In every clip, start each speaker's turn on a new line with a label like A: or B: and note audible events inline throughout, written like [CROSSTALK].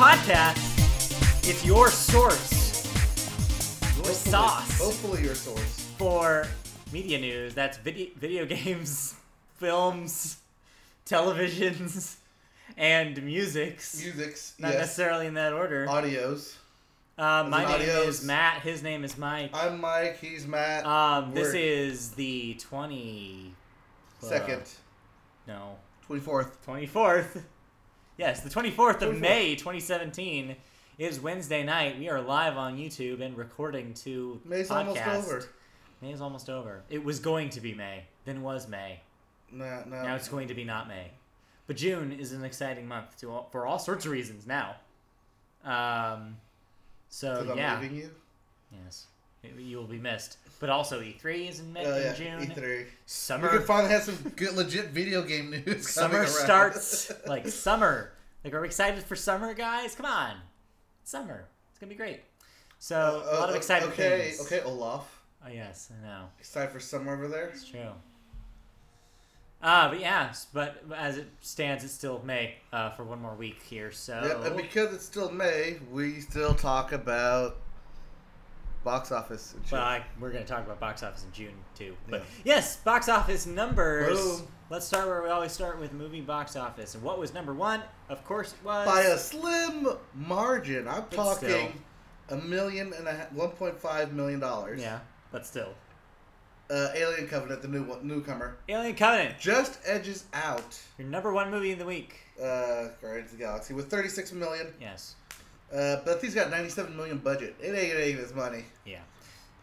A: podcast. It's your source
B: Hopefully-
A: sauce.
B: Hopefully your source.
A: for media news. That's video, video [LAUGHS] games, films, televisions, and musics.
B: Musics.
A: Not
B: yes.
A: necessarily in that order.
B: Audios.
A: Uh, my
B: an
A: name
B: adios.
A: is Matt. His name is Mike.
B: I'm Mike. He's Matt.
A: Um, this
B: we're-
A: is the 20.
B: Second.
A: No.
B: 24th.
A: 24th. Yes, the 24th of
B: 24th.
A: May 2017 is Wednesday night. We are live on YouTube and recording to
B: May's almost
A: podcast.
B: over.
A: May is almost over. It was going to be May, then was May.
B: Nah, no.
A: Now it's going to be not May. But June is an exciting month to all, for all sorts of reasons now. Um, so
B: 'Cause I'm
A: yeah,
B: leaving you.
A: yes, It- you will be missed. But also E3 is in, May,
B: Oh,
A: in
B: yeah.
A: June.
B: E3.
A: Summer
B: We could finally have some good legit video game news. coming
A: summer
B: around. [LAUGHS]
A: starts like summer. Like, are we excited for summer, guys? Come on, it's summer. It's gonna be great. So a lot of
B: Uh,
A: exciting
B: okay,
A: things.
B: Okay, Olaf.
A: Oh yes, I know.
B: Excited for summer over there.
A: It's true. Ah, but yeah, s- but as it stands, it's still May uh, for one more week here. So
B: Yep, and because it's still May, we still talk about box office and shit.
A: well, I, we're gonna talk about box office in June too. But
B: Yeah.
A: yes, box office numbers.
B: Boom.
A: Let's start where we always start with movie box office. And what was number one? Of course, it was
B: by a slim margin. I'm
A: But
B: talking a million and a ha- 1.5 million dollars.
A: yeah, but still,
B: Uh, Alien Covenant, the new one, newcomer,
A: Alien Covenant.
B: just edges out
A: Your number one movie of the week.
B: uh, Guardians of the Galaxy with 36 million.
A: Yes.
B: Uh, but he's got 97 million budget. It ain't gonna give his money.
A: Yeah.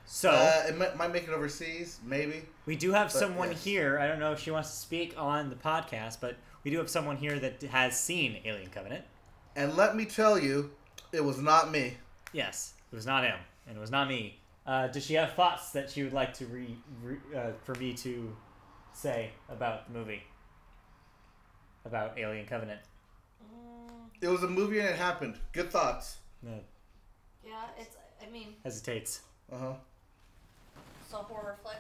A: So
B: Uh, it might, might make it overseas, maybe.
A: we do have
B: but
A: someone
B: yes.
A: here. I don't know if she wants to speak on the podcast, but we do have someone here that has seen Alien Covenant.
B: And let me tell you, it was not me.
A: Yes, it was not him, and it was not me. Uh, does she have thoughts that she would like to re, re uh, for me to say about the movie, about Alien Covenant?
C: Mm,
B: It was a movie and it happened. Good thoughts.
A: No,
C: yeah, it's. I mean,
A: Uh, hesitates.
B: Uh huh.
C: it's a horror flick.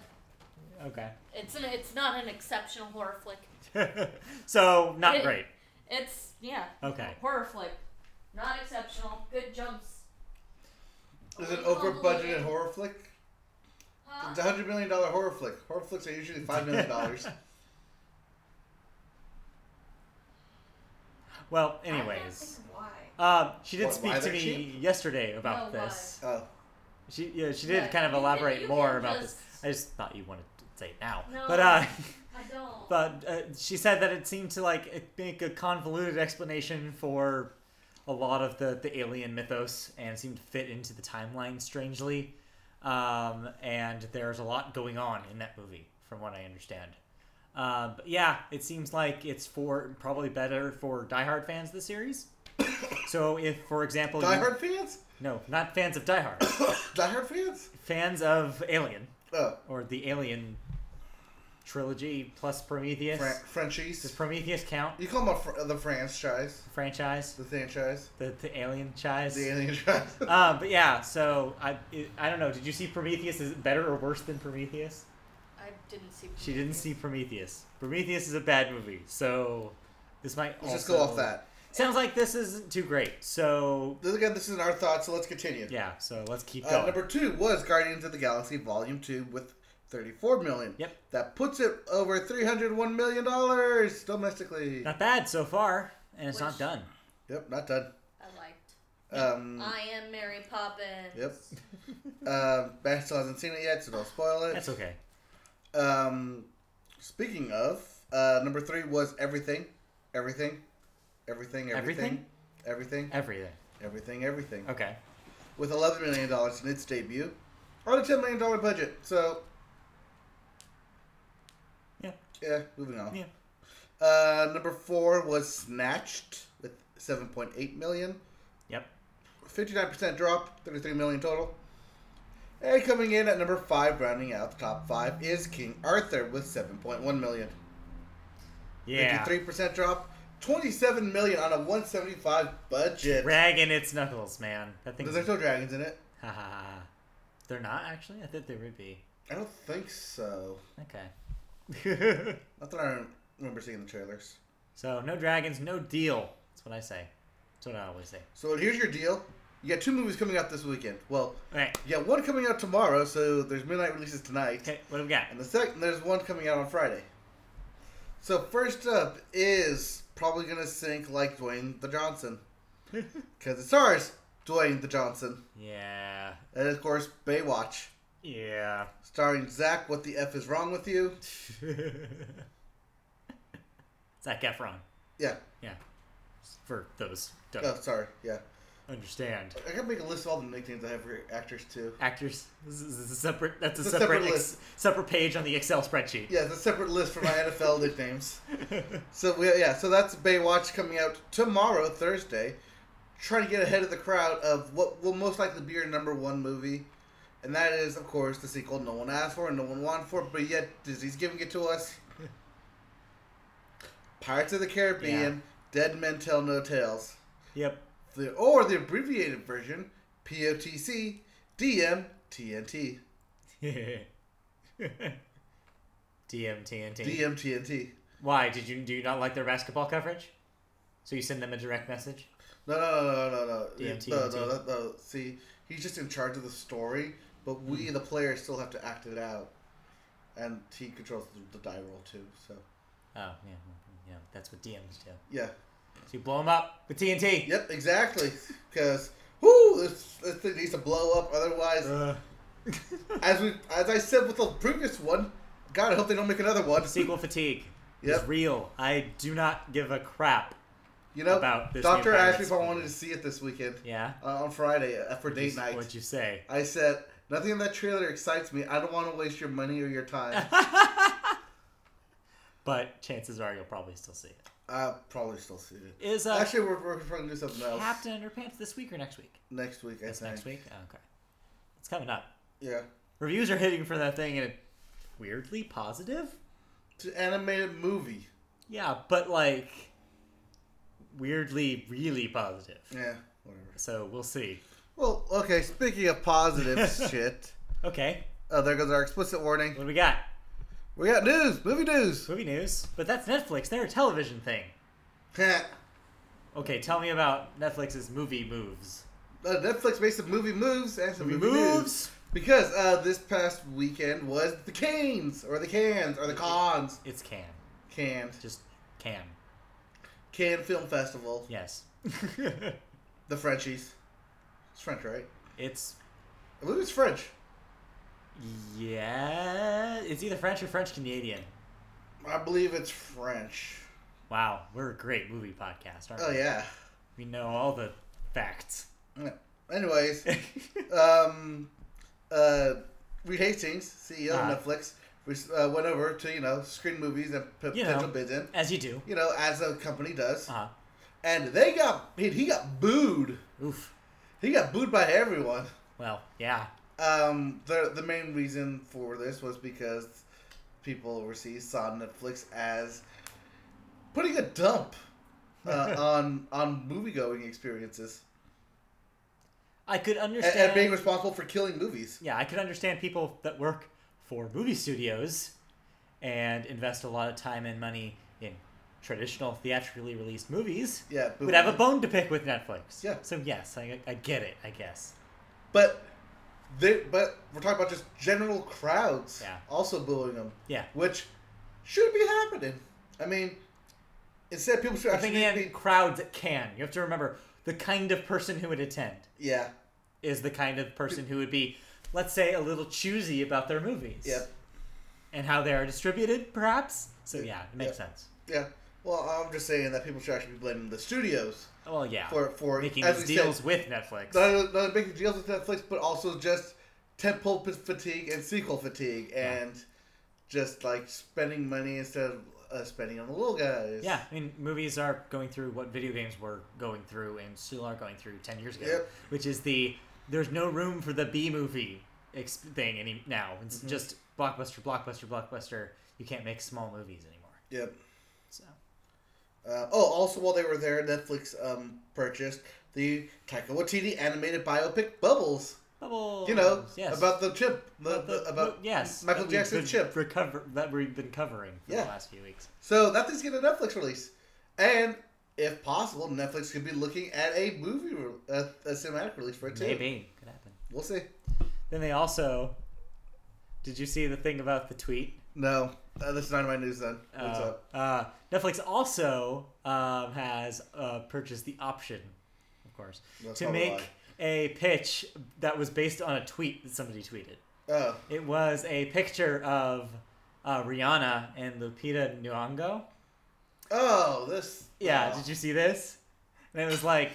A: Okay. [LAUGHS]
C: It's an. It's not an exceptional horror flick.
A: so not
C: It-
A: great.
C: It's yeah.
A: Okay.
C: Horror flick, not exceptional. Good jumps.
B: Is it
C: Overbudgeted.
B: over budgeted horror flick? It's a
C: Huh?
B: hundred million dollar horror flick. Horror flicks are usually five million dollars.
A: Well,
C: I can't
A: anyways,
C: think why?
A: um, she did
B: Why-
A: speak
B: why
A: to
B: they're
A: me
B: cheap?
A: yesterday about
C: No, why?
A: this.
B: oh,
A: She yeah, she did
C: Yeah,
A: kind of
C: you can-
A: elaborate
C: you
A: more
C: can
A: about
C: just-
A: this. I just thought you wanted to say it now,
C: No.
A: but uh, [LAUGHS]
C: I don't.
A: but uh, she said that it seemed to like it- make a convoluted explanation for a lot of the the alien mythos and seemed to fit into the timeline strangely. Um, and there's a lot going on in that movie, from what I understand. Uh, but yeah, it seems like it's for probably better for Die Hard fans of the series. [COUGHS] so if, for example,
B: Die
A: you-
B: Hard fans?
A: no, not fans of Die Hard, [COUGHS]
B: Die Hard fans?
A: fans of Alien
B: Oh,
A: or the Alien trilogy plus Prometheus.
B: Fran-
A: Does
B: Frenchies.
A: Prometheus count?
B: You call them a fr- the franchise,
A: Franchise,
B: the franchise,
A: the the Alien chise.
B: the alien franchise.
A: Uh, but yeah, so I it, I don't know. Did you see Prometheus? Is it better or worse than Prometheus?
C: I didn't see.
A: She didn't see Prometheus. Prometheus is a bad movie, so this might.
B: [LAUGHS] Let's just
A: also-
B: go off that.
A: Sounds like this isn't too great. So
B: This- Again, this isn't our thoughts, so let's continue.
A: yeah, so let's keep
B: Uh,
A: going.
B: number two was Guardians of the Galaxy Volume Two with thirty-four million.
A: Yep.
B: That puts it over three hundred one million dollars domestically.
A: Not bad so far, and it's not
C: Which-
A: done.
B: yep, not done.
C: I liked.
B: Um,
C: I am Mary Poppins.
B: Yep. Um, Matt still hasn't seen it yet, so don't spoil it.
A: That's okay.
B: Um, speaking of, uh, number three was everything, everything, everything, everything,
A: Everything?
B: everything,
A: Everything.
B: everything, everything,
A: Okay.
B: with eleven million dollars in its debut on a ten million dollar budget. So,
A: Yeah.
B: yeah, moving on.
A: Yeah.
B: Uh, number four was Snatched with seven point eight million.
A: Yep.
B: 59% drop, 33 million total. And coming in at number 5, rounding out the top 5, is King Arthur with 7.1 million.
A: Yeah.
B: 53% drop, 27 million on a 175 budget.
A: Dragging its knuckles, man. That thing.
B: There's no dragons in it.
A: Ha, ha, ha. They're not actually. I thought they would be.
B: I don't think so.
A: Okay. [LAUGHS]
B: Not that I remember seeing the trailers.
A: so no dragons, no deal. That's what I say. That's what I always say.
B: So here's your deal. You got two movies coming out this weekend. Well,
A: Okay,
B: you got one coming out tomorrow, so there's midnight releases tonight.
A: okay, what have we
B: [LAUGHS]
A: got?
B: And the second, there's one coming out on Friday. So first up is probably gonna sink like Dwayne the Johnson, because it stars Dwayne the Johnson,
A: yeah,
B: and of course Baywatch,
A: [LAUGHS] yeah.
B: starring Zach. What the f is wrong with you?
A: Zac Efron.
B: Yeah.
A: Yeah. For those who don't
B: Oh, sorry. Yeah.
A: understand.
B: I gotta make a list of all the nicknames I have for actors too.
A: Actors. This is this is a separate. That's a
B: It's a
A: separate
B: separate
A: ex, separate page on the Excel spreadsheet.
B: Yeah, it's a separate list for my NFL nicknames. So we, yeah, so that's Baywatch coming out tomorrow, Thursday. Trying to get ahead of the crowd of what will most likely be your number one movie, and that is, of course, the sequel no one asked for and no one wanted for, but yet Disney's giving it to us. Pirates of the Caribbean: Dead Men Tell No Tales,
A: yep.
B: the or the abbreviated version POTC DM TNT
A: [LAUGHS] DMTNT.
B: DM TNT.
A: Why did you do you not like their basketball coverage? So you send them a direct message?
B: No, no, no, no, no, no.
A: DMT,
B: no,
A: DMT.
B: no, no, no. See, he's just in charge of the story, but
A: Hmm.
B: we, the players, still have to act it out, and he controls the, the die roll too. So,
A: Oh yeah, yeah. That's what DMs do.
B: yeah,
A: So you blow them up with TNT. [LAUGHS]
B: yep, exactly. Because whoo, this, this thing needs to blow up. Otherwise,
A: Uh,
B: as we, as I said with the previous one, God, I hope they don't make another
A: [LAUGHS]
B: one.
A: sequel fatigue
B: Yep.
A: is real. I do not give a crap.
B: you know,
A: about this
B: Doctor
A: new
B: asked me
A: Pirates
B: if I
A: movie.
B: wanted to see it this weekend
A: Yeah.
B: uh, on Friday uh, for date night.
A: What'd you say?
B: I said, nothing in that trailer excites me. I don't want to waste your money or your time.
A: [LAUGHS] But chances are you'll probably still see it.
B: I probably still see it.
A: Is uh,
B: Actually, we're, we're trying to do something else
A: Captain Underpants this week or next week?
B: next week. I
A: It's
B: think.
A: next week. Oh, okay, it's coming up.
B: Yeah,
A: Reviews are hitting for that thing, and it weirdly positive.
B: it's an animated movie.
A: Yeah, but like weirdly, really positive.
B: Yeah, whatever.
A: So we'll see.
B: Well, okay. Speaking
A: [LAUGHS]
B: of positive shit,
A: Okay,
B: oh, there goes our explicit warning.
A: what do we got?
B: We got news,
A: [LAUGHS]
B: movie news.
A: Movie news, but that's Netflix. They're a television thing.
B: uh,
A: Okay, tell me about Netflix's movie moves.
B: Netflix made some movie moves and some
A: Movie
B: movie, news
A: moves.
B: because uh, this past weekend was the Canes or the Cans or the Cons
A: It's Can,
B: Can
A: just Can.
B: Can Film Festival.
A: Yes,
B: The Frenchies. It's French, right?
A: it's
B: I believe it's French.
A: yeah. It's either French or French Canadian.
B: I believe it's French.
A: Wow, we're a great movie podcast, aren't
B: Oh
A: we?
B: yeah.
A: We know all the
B: [LAUGHS]
A: facts.
B: Yeah. Anyways, [LAUGHS] um, uh, Reed Hastings, CEO
A: Uh-huh.
B: of Netflix, res- uh, went over to you know screen movies and put
A: You know.
B: potential bids in,
A: As you do.
B: you know, as a company does,
A: Uh
B: and they got he, he got booed.
A: Oof.
B: He got booed by everyone.
A: Well, yeah.
B: Um, the the main reason for this was because people overseas saw Netflix as putting a dump
A: [LAUGHS]
B: uh, on on movie going experiences
A: I could
B: and,
A: understand.
B: and being responsible for killing movies.
A: yeah, I could understand people that work for movie studios and invest a lot of time and money in traditional theatrically released movies
B: Yeah,
A: would have a bone to pick with Netflix.
B: Yeah.
A: So yes, I, I get it. I guess.
B: But they, but we're talking about just general crowds
A: Yeah.
B: also booing them,
A: Yeah.
B: which should be happening. I mean, instead people should
A: I'm
B: actually
A: thinking
B: be,
A: crowds that can. You have to remember the kind of person who would attend
B: yeah,
A: is the kind of person who would be, let's say, a little choosy about their movies.
B: yeah,
A: And how they are distributed, perhaps. So yeah, it makes
B: Yeah.
A: sense.
B: yeah. Well, I'm just saying that people should actually be blaming the studios
A: Well, yeah.
B: for for
A: Uh, making
B: as
A: these
B: we
A: deals
B: Said,
A: with Netflix.
B: not, only- not only making deals with Netflix, but also just tentpole p- fatigue and sequel fatigue, and just like spending money instead of uh, spending on the little guys.
A: yeah, I mean, movies are going through what video games were going through and still are going through 10 years ago,
B: Yep.
A: which is the there's no room for the B movie ex- thing any now. It's
B: Mm-hmm.
A: just blockbuster, blockbuster, blockbuster. You can't make small movies anymore.
B: Yep.
A: So,
B: Uh, oh, also while they were there, Netflix um, purchased the Taika Waititi animated biopic Bubbles.
A: Bubbles.
B: You know
A: yes.
B: about the chip, the,
A: About the-
B: the- about
A: yes,
B: Michael
A: that we've
B: Jackson
A: been
B: chip.
A: recover that we've been covering for
B: Yeah.
A: the last few weeks.
B: So that thing's getting a Netflix release, and if possible, Netflix could be looking at a movie, re- a, a cinematic release for it too.
A: Maybe could happen.
B: We'll see.
A: Then they also. Did you see the thing about the tweet?
B: No, uh, that's not in my news then. What's
A: Uh,
B: up?
A: uh, Netflix also um, has uh, purchased the option, of course,
B: That's
A: to
B: probably
A: make
B: why.
A: a pitch that was based on a tweet that somebody tweeted.
B: Oh,
A: It was a picture of uh, Rihanna and Lupita Nyong'o.
B: oh, this.
A: Yeah,
B: oh.
A: did you see this? And it was like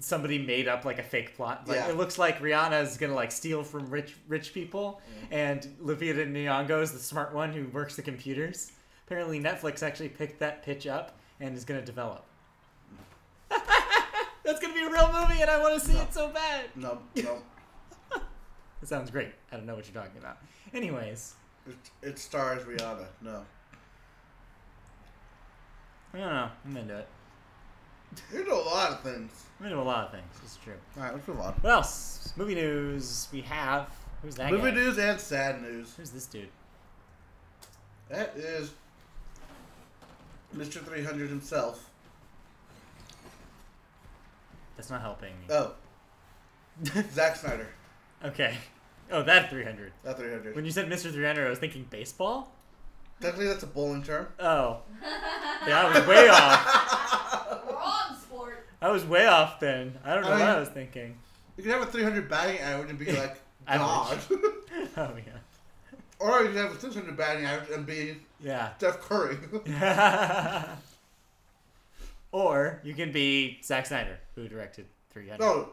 A: somebody made up like a fake plot. Like
B: Yeah.
A: it looks like Rihanna's gonna like steal from rich rich people,
B: Mm.
A: and Lupita Nyong'o is the smart one who works the computers. Apparently, Netflix actually picked that pitch up and is gonna develop. [LAUGHS] That's gonna be a real movie, and I want to see
B: No.
A: it so bad.
B: No, no.
A: It sounds great. I don't know what you're talking about. Anyways,
B: It, it stars Rihanna. No,
A: I don't know. I'm into it.
B: you know a lot of things.
A: I'm into a lot of things. It's true.
B: All right, let's move on.
A: What else? Movie news. We have who's that?
B: Movie
A: guy?
B: news and sad news.
A: Who's this dude?
B: That is Mr. 300 himself.
A: That's not helping. me.
B: Oh, Zack Snyder.
A: [LAUGHS] okay. Oh, that 300.
B: Not 300.
A: When you said Mr. 300, I was thinking baseball?
B: Technically, that's a bowling term.
A: Oh. Yeah, I was way off.
C: Wrong sport.
A: I was way off then. I don't know
B: I
A: what I
B: mean-
A: was thinking. [LAUGHS]
B: You could have a 300 batting average and be like, God. [LAUGHS]
A: Average. Oh, yeah.
B: or you could have a 600 batting average and be Steph Curry. [LAUGHS]
A: Yeah. [LAUGHS] or you can be Zack Snyder, who directed 300.
B: no.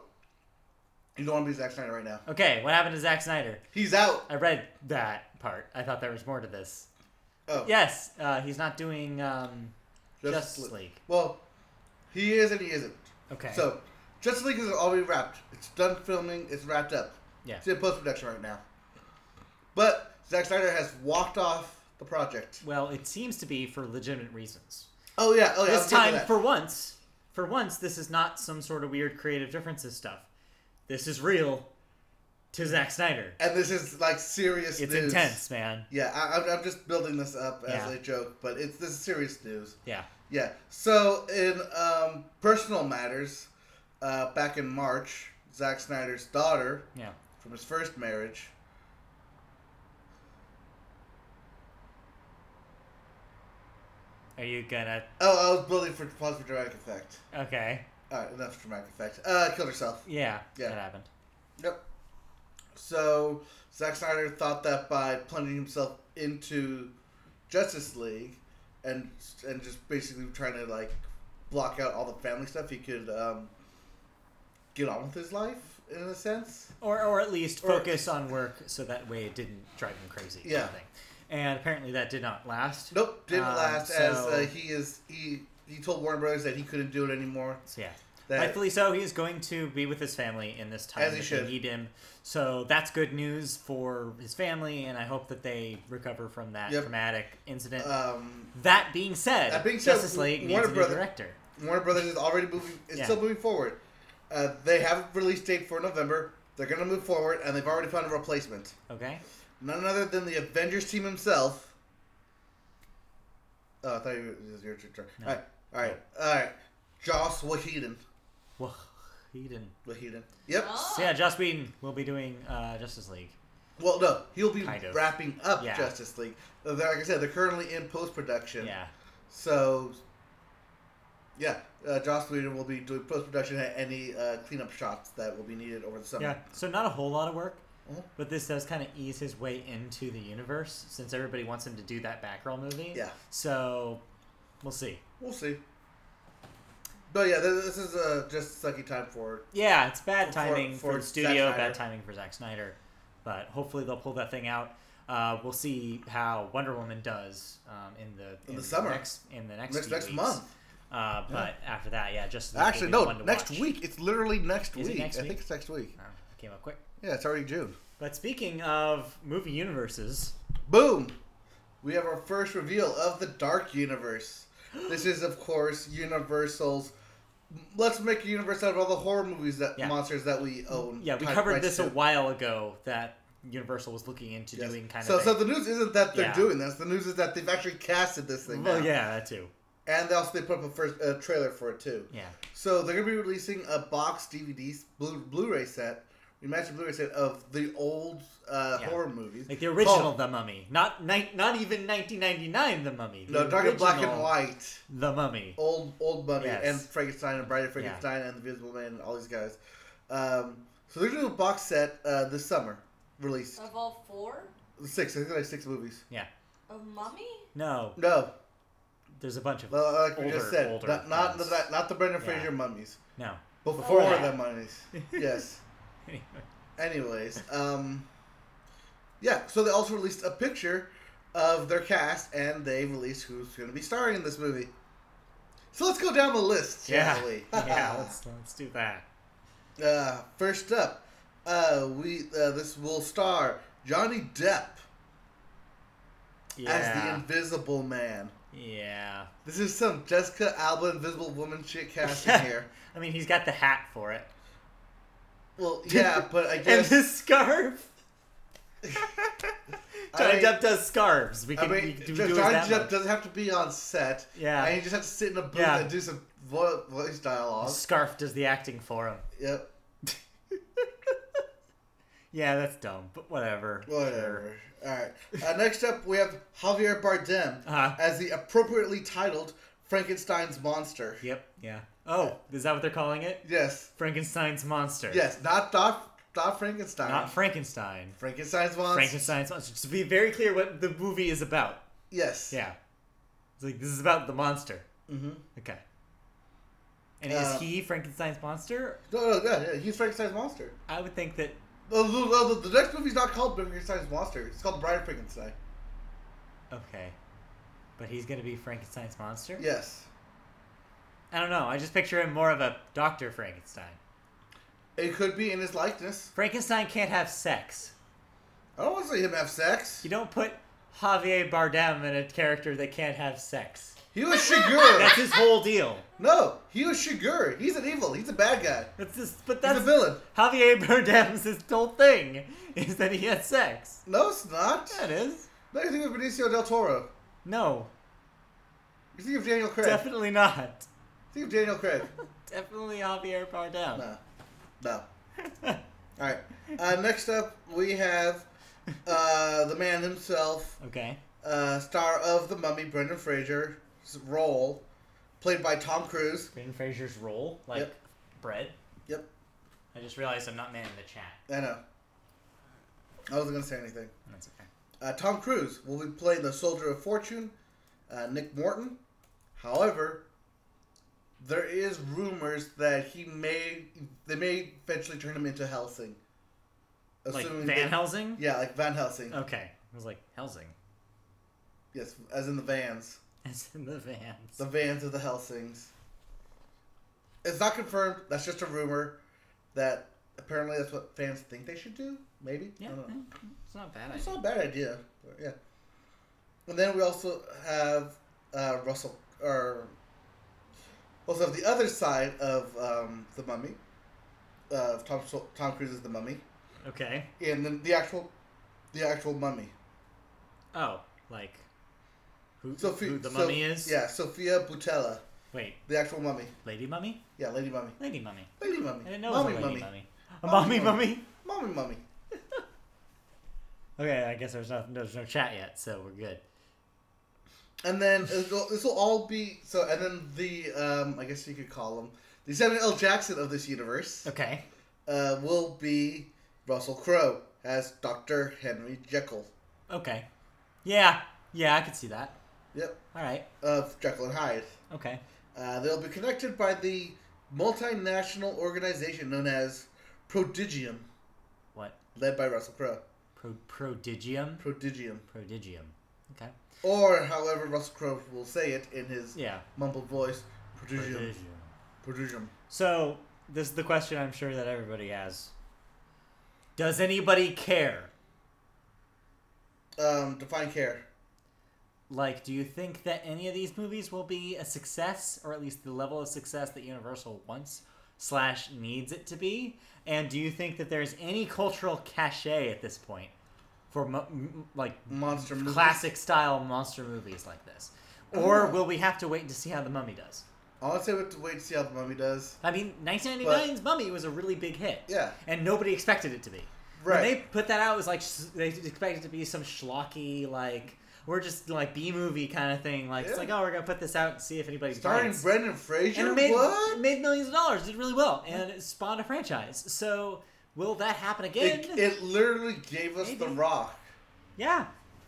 B: You don't want to be Zack Snyder right now.
A: Okay, what happened to Zack Snyder?
B: He's out.
A: I read that part. I thought there was more to this.
B: Oh,
A: Yes, uh, he's not doing um,
B: Justice
A: Justice
B: League.
A: League.
B: Well, he is and he isn't.
A: Okay.
B: So, Justice League is already wrapped. It's done filming. It's wrapped up.
A: yeah.
B: It's in post production right now. But Zack Snyder has walked off the project.
A: Well, it seems to be for legitimate reasons.
B: Oh yeah. Oh yeah.
A: this
B: I'm getting to
A: time
B: that.
A: for once for once this is not some sort of weird creative differences stuff this is real to Zack snyder
B: And this is like serious.
A: it's
B: news.
A: intense man
B: Yeah, I, I'm, I'm just building this up as
A: Yeah.
B: a joke, but it's this is serious news.
A: yeah
B: Yeah. So in um, personal matters, uh, back in March, Zack Snyder's daughter
A: yeah
B: from his first marriage.
A: are you gonna
B: Oh, I was building for pause for dramatic effect.
A: okay
B: All right, enough dramatic effect. Uh, killed herself.
A: yeah,
B: Yeah.
A: that happened
B: Yep. So Zack Snyder thought that by plunging himself into Justice League and and just basically trying to like block out all the family stuff, he could um, get on with his life in a sense.
A: or or at least
B: Or-
A: focus on work so that way it didn't drive him crazy kind of
B: Yeah.
A: thing. and apparently that did not last
B: Nope, didn't
A: Um,
B: last as uh,
A: so-
B: he is he he told Warner Brothers that he couldn't do it anymore.
A: So yeah.
B: That-
A: Rightfully so, he is going to be with his family in this time
B: As he
A: that
B: should.
A: they need him. So that's good news for his family, and I hope that they recover from that
B: Yep.
A: traumatic incident.
B: Um,
A: that being said,
B: That being said,
A: Justice League needs
B: Warner
A: a new
B: Brother-
A: director.
B: Warner Brothers is already moving. It's
A: Yeah.
B: still moving forward. Uh, they have a release date for November. They're gonna move forward, and they've already found a replacement.
A: Okay,
B: None other than the Avengers team himself. Oh, I thought you it was your turn.
A: No.
B: All right, all right, all right. Joss Whedon.
A: well, Whedon.
B: Whedon. Yep.
C: Oh.
A: So yeah, Joss Whedon will be doing uh, Justice League.
B: Well, no, he'll be
A: Kind of.
B: wrapping up
A: Yeah.
B: Justice League. Uh, they're- Like I said, they're currently in post production.
A: Yeah,
B: So. Yeah, uh, Joss Whedon will be doing post production and any uh, cleanup shots that will be needed over the summer.
A: yeah. So not a whole lot of work,
B: Mhm.
A: but this does kind of ease his way into the universe since everybody wants him to do that Batgirl movie.
B: Yeah.
A: So we'll see.
B: We'll see. But yeah, th- this is uh, just sucky time for
A: Yeah, it's bad
B: For-
A: timing for,
B: for
A: the
B: Zack
A: studio,
B: Snyder.
A: bad timing for Zack Snyder. But hopefully they'll pull that thing out. Uh, we'll see how Wonder Woman does um, in the
B: In the summer.
A: next in the next
B: next
A: few
B: next
A: weeks.
B: month.
A: Uh, but after that, yeah, just
B: Actually, no, next
A: watch.
B: week. It's literally next
A: Is it
B: week.
A: next
B: I
A: week?
B: think it's next week.
A: Oh, came up quick.
B: Yeah, it's already June.
A: But speaking of movie universes,
B: Boom! We have our first reveal of the
A: [GASPS]
B: Dark Universe. This is, of course, Universal's. Let's make a universe out of all the horror movies that
A: Yeah. Mm,
B: monsters that we own.
A: yeah, we
B: type
A: covered
B: rights
A: this a
B: to.
A: while ago that Universal was looking into
B: Yes.
A: doing kind
B: so,
A: of.
B: so
A: a-
B: the news isn't that they're
A: Yeah.
B: doing this. The news is that they've actually casted this thing.
A: well,
B: now.
A: yeah, that too.
B: and they also they put up a first a trailer for it too.
A: Yeah.
B: So they're gonna be releasing a box DVD Blu- Blu-ray set, remastered Blu-ray set of the old uh,
A: Yeah.
B: horror movies,
A: Like the original
B: Called-
A: The Mummy, not ni- not even 1999 The Mummy. The
B: no, dark and black and
A: original
B: white,
A: The Mummy.
B: old old Mummy
A: Yes.
B: and Frankenstein and Bride of Frankenstein and the Invisible Man and all these guys. Um, so they're gonna do a box set uh, this summer, released
C: Of all four?
B: six. I think there's six movies.
C: Of Mummy?
A: No,
B: No,
A: there's a bunch of
B: well, like we
A: Older-
B: just said,
A: older
B: not not
A: ones.
B: the, not the Brendan
A: Yeah.
B: Fraser mummies.
A: no. [LAUGHS]
B: Before,
C: Before that.
B: the mummies, yes.
A: Anyway.
B: Anyways, um, yeah. So they also released a picture of their cast, and they released who's going to be starring in this movie. So let's go down the list,
A: Yeah,
B: shall we?
A: [LAUGHS]
B: [LAUGHS]
A: yeah. Let's let's do that.
B: uh, first up, uh, we uh, this will star Johnny Depp as the
A: Yeah,
B: Invisible Man.
A: yeah.
B: This is some Jessica Alba Invisible Woman shit casting here.
A: I mean, he's got the hat for it [LAUGHS]
B: Well, yeah, but I
A: and
B: guess
A: the
B: [LAUGHS]
A: scarf. Johnny
B: mean-
A: Depp does scarves. We
B: I
A: can, we
B: mean,
A: can do,
B: Johnny
A: do as that
B: Depp
A: much.
B: doesn't have to be on set.
A: Yeah.
B: and you just have to sit in a booth
A: Yeah.
B: and do some vo-
A: [LAUGHS]
B: voice dialogue.
A: Scarf does the acting for him.
B: Yep.
A: Yeah, that's dumb, but whatever.
B: Whatever. All right. Uh, next up, we have Javier Bardem
A: Uh-huh.
B: as the appropriately titled Frankenstein's monster.
A: Yep. Yeah. Oh, is that what they're calling it?
B: Yes.
A: Frankenstein's monster.
B: Yes. Not Doc. Not Frankenstein.
A: Not Frankenstein.
B: Frankenstein's monster.
A: Frankenstein's monster. Just to be very clear, what the movie is about.
B: yes.
A: Yeah. It's like this is about the monster.
B: Mm-hmm.
A: Okay. And is
B: Um,
A: he Frankenstein's monster?
B: No, no, yeah, yeah, he's Frankenstein's monster.
A: I would think that.
B: The, the, the, the next movie's not called Frankenstein's monster. It's called Bride of Frankenstein.
A: Okay. But he's gonna be Frankenstein's monster.
B: Yes.
A: I don't know. I just picture him more of a Doctor Frankenstein.
B: It could be in his likeness.
A: Frankenstein can't have sex.
B: I don't want to see him have sex.
A: You don't put Javier Bardem in a character that can't have sex.
B: He was Shigur.
A: That's his whole deal.
B: No, he was Shigur. He's an evil. He's a bad guy.
A: That's just, but
B: He's
A: that's
B: a villain.
A: Javier Bardem's his whole thing [LAUGHS] is that he had sex.
B: No, it's not.
A: That is.
B: No, you think of Benicio del Toro.
A: No,
B: You think of Daniel Craig.
A: definitely not.
B: think of Daniel Craig.
A: [LAUGHS] Definitely Javier Bardem.
B: No. No. All right. Uh, next up, we have uh, the man himself,
A: [LAUGHS] okay.
B: uh, star of The Mummy, Brendan Fraser's role, played by Tom Cruise.
A: Brendan Fraser's role, like
B: Yep.
A: bread.
B: Yep,
A: I just realized I'm not man in the chat.
B: I know. I wasn't going to say anything.
A: That's okay.
B: Uh, Tom Cruise will be playing the Soldier of Fortune, uh, Nick Morton. However, there is rumors that he may they may eventually turn him into Helsing.
A: like Van
B: they-
A: Helsing. Oh.
B: Yeah, like Van Helsing.
A: Okay. I was like Helsing. [LAUGHS]
B: Yes, as in the Vans,
A: It's in the Vans.
B: the Vans of the Helsings. It's not confirmed. That's just a rumor. That apparently that's what fans think they should do. Maybe. I
A: yeah,
B: don't know.
A: yeah, it's not a bad.
B: uh, It's
A: idea.
B: not a bad idea. Yeah. And then we also have uh, Russell, or also have the other side of um, the Mummy, uh, of Tom Sol- Tom Cruise's the Mummy,
A: Okay.
B: and then the actual, the actual Mummy.
A: Oh, like who,
B: Sophie,
A: who the
B: Sof-
A: mummy is?
B: Yeah, Sophia Butella,
A: Wait,
B: the actual Mummy.
A: lady mummy,
B: Yeah, Lady Mummy.
A: lady mummy.
B: Lady Mummy.
A: I didn't know
B: mummy
A: it was a lady mummy. A
B: Mummy
A: mommy
B: mummy.
A: mummy.
B: Mummy Mummy.
A: Okay, I guess there's no there's no chat yet, so we're good.
B: And then it'll- this will all be so. And then the um, I guess you could call him the Samuel L. Jackson of this universe.
A: Okay.
B: uh, will be Russell Crowe as Dr. Henry Jekyll.
A: Okay. Yeah. Yeah, I could see that.
B: Yep,
A: All right.
B: of Jekyll and Hyde.
A: Okay.
B: Uh, they'll be connected by the multinational organization known as Prodigium,
A: What?
B: led by Russell Crowe.
A: Pro- prodigium.
B: Prodigium.
A: Prodigium. Okay.
B: Or, however, Russell Crowe will say it in his
A: Yeah.
B: mumbled voice Prodigium. Prodigium.
A: So this is the question I'm sure that everybody has. Does anybody care?
B: Um, define care.
A: Like, do you think that any of these movies will be a success, or at least the level of success that Universal wants slash needs it to be? And do you think that there's any cultural cachet at this point for mo- m- like
B: Monster movie.
A: classic style monster movies like this? Or
B: Oh.
A: will we have to wait to see how the mummy does?
B: I would say we have to wait to see how the mummy does.
A: I mean, 1999's Mummy was a really big hit.
B: Yeah.
A: And nobody expected it to be.
B: Right.
A: When they put that out, it was like s- they expected it to be some schlocky, like we're just like B movie kind of thing. Like
B: Yeah.
A: it's like, oh, we're gonna put this out and see if anybody
B: Starring
A: bites.
B: Brendan Fraser.
A: and it made,
B: what?
A: it made millions of dollars. Did really well and it spawned a franchise. So will that happen again?
B: It, it literally gave us The
A: Maybe.
B: Rock.
A: yeah,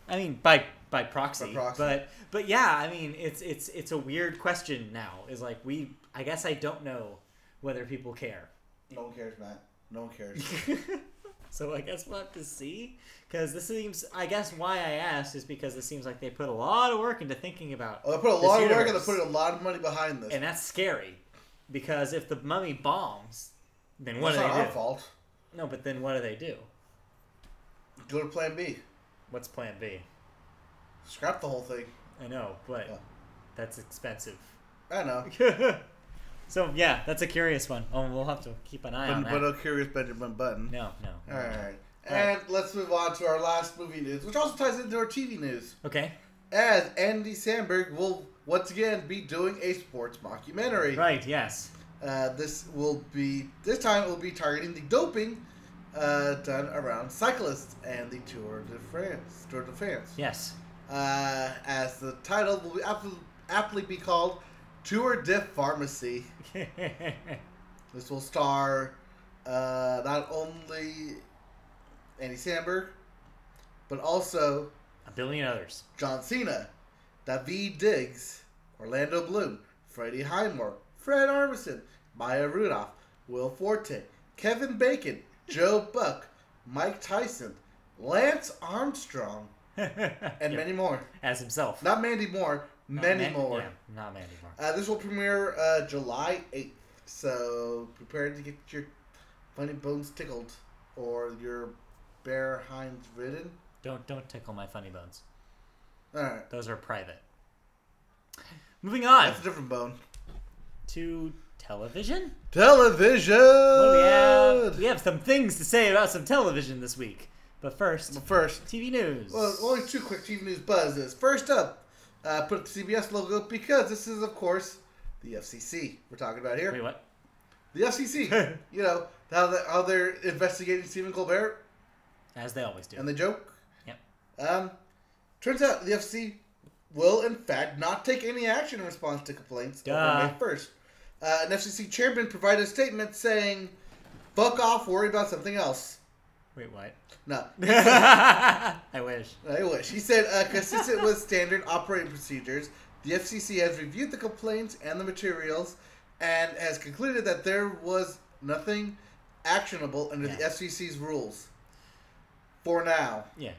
A: I mean by by proxy,
B: By proxy.
A: but but yeah, I mean it's it's it's a weird question now. Is like we, I guess I don't know whether people care.
B: No one cares, Matt. No one cares.
A: [LAUGHS] so I guess we'll have to see. Because this seems, I guess why I asked is because it seems like they put a lot of work into thinking about,
B: Oh, they put a
A: This
B: lot of work and they
A: universe.
B: put a lot of money behind this.
A: and that's scary. Because if the mummy bombs, then what
B: it's
A: do
B: not
A: they
B: our
A: do?
B: fault.
A: No, but then what do they do?
B: Go to Plan B.
A: What's Plan B?
B: Scrap the whole thing.
A: I know, but
B: Yeah.
A: that's expensive. [LAUGHS]
B: I know.
A: so yeah, that's a curious one. Oh, we'll have to keep an eye on
B: But,
A: that.
B: but no curious Benjamin Button.
A: no, no.
B: All right.
A: All
B: And let's move on to our last movie news, which also ties into our TV news.
A: Okay.
B: As Andy Samberg will once again be doing a sports mockumentary.
A: Right. Yes.
B: Uh, this will be this time it will be targeting the doping uh, done around cyclists and the Tour de France. Tour de France.
A: Yes. [LAUGHS]
B: Uh, as the title will be aptly, aptly be called Tour de Pharmacy. This will star uh, not only Andy Samberg, but also
A: a billion others. [LAUGHS]
B: John Cena, David Diggs, Orlando Bloom, Freddie Highmore, Fred Armisen, Maya Rudolph, Will Forte, Kevin Bacon, Joe Buck, Mike Tyson, Lance Armstrong, and
A: Yep.
B: many more.
A: as himself.
B: Not Mandy Moore,
A: Not
B: many
A: Man-
B: more.
A: Yeah, not Mandy Moore.
B: Uh, this will premiere uh, July 8th, so prepare to get your funny bones tickled or your bare hinds ridden.
A: Don't don't tickle my funny bones.
B: Alright,
A: Those are private. Moving on
B: that's a different bone.
A: to television.
B: Television!
A: What do we have? We have some things to say about some television this week. But first,
B: But first,
A: TV news.
B: well, only two quick TV news buzzes. First up, uh, put up the CBS logo because this is, of course, the FCC we're talking about here.
A: Wait, what? [LAUGHS]
B: The FCC, you know, how, the, how they're investigating Stephen Colbert
A: As they always do.
B: and the joke.
A: Yep.
B: Um, turns out the FC will, in fact, not take any action in response to complaints on
A: Duh.
B: May 1st. Uh, an FCC chairman provided a statement saying, fuck off, worry about something else.
A: Wait,
B: [LAUGHS]
A: what? [LAUGHS]
B: No,
A: I wish.
B: I wish. He said, uh, consistent with standard operating procedures, the FCC has reviewed the complaints and the materials and has concluded that there was nothing actionable under the
A: Yeah.
B: FCC's rules. For now.
A: Yeah.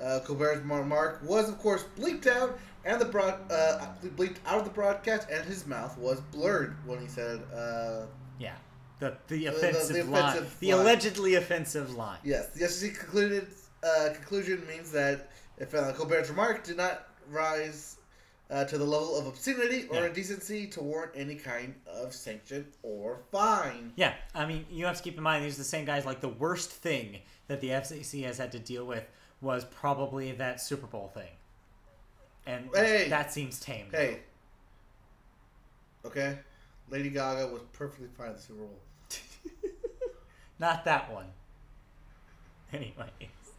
B: Uh, Colbert's remark was, of course, bleeped out, and the broad, uh, bleeped out of the broadcast, and his mouth was blurred when he said, uh,
A: Yeah. The the
B: the
A: offensive line.
B: offensive
A: the
B: line.
A: allegedly offensive line.
B: "Yes." The FCC concluded uh, conclusion means that if uh, Colbert's remark did not rise uh, to the level of obscenity or
A: Yeah.
B: indecency to warrant any kind of sanction or fine.
A: Yeah, I mean, you have to keep in mind these are the same guys. Like the worst thing that the FCC has had to deal with was probably that Super Bowl thing, and
B: Hey.
A: that seems tame.
B: Hey, okay, Lady Gaga was perfectly fine at the Super Bowl.
A: [LAUGHS] Not that one. Anyway,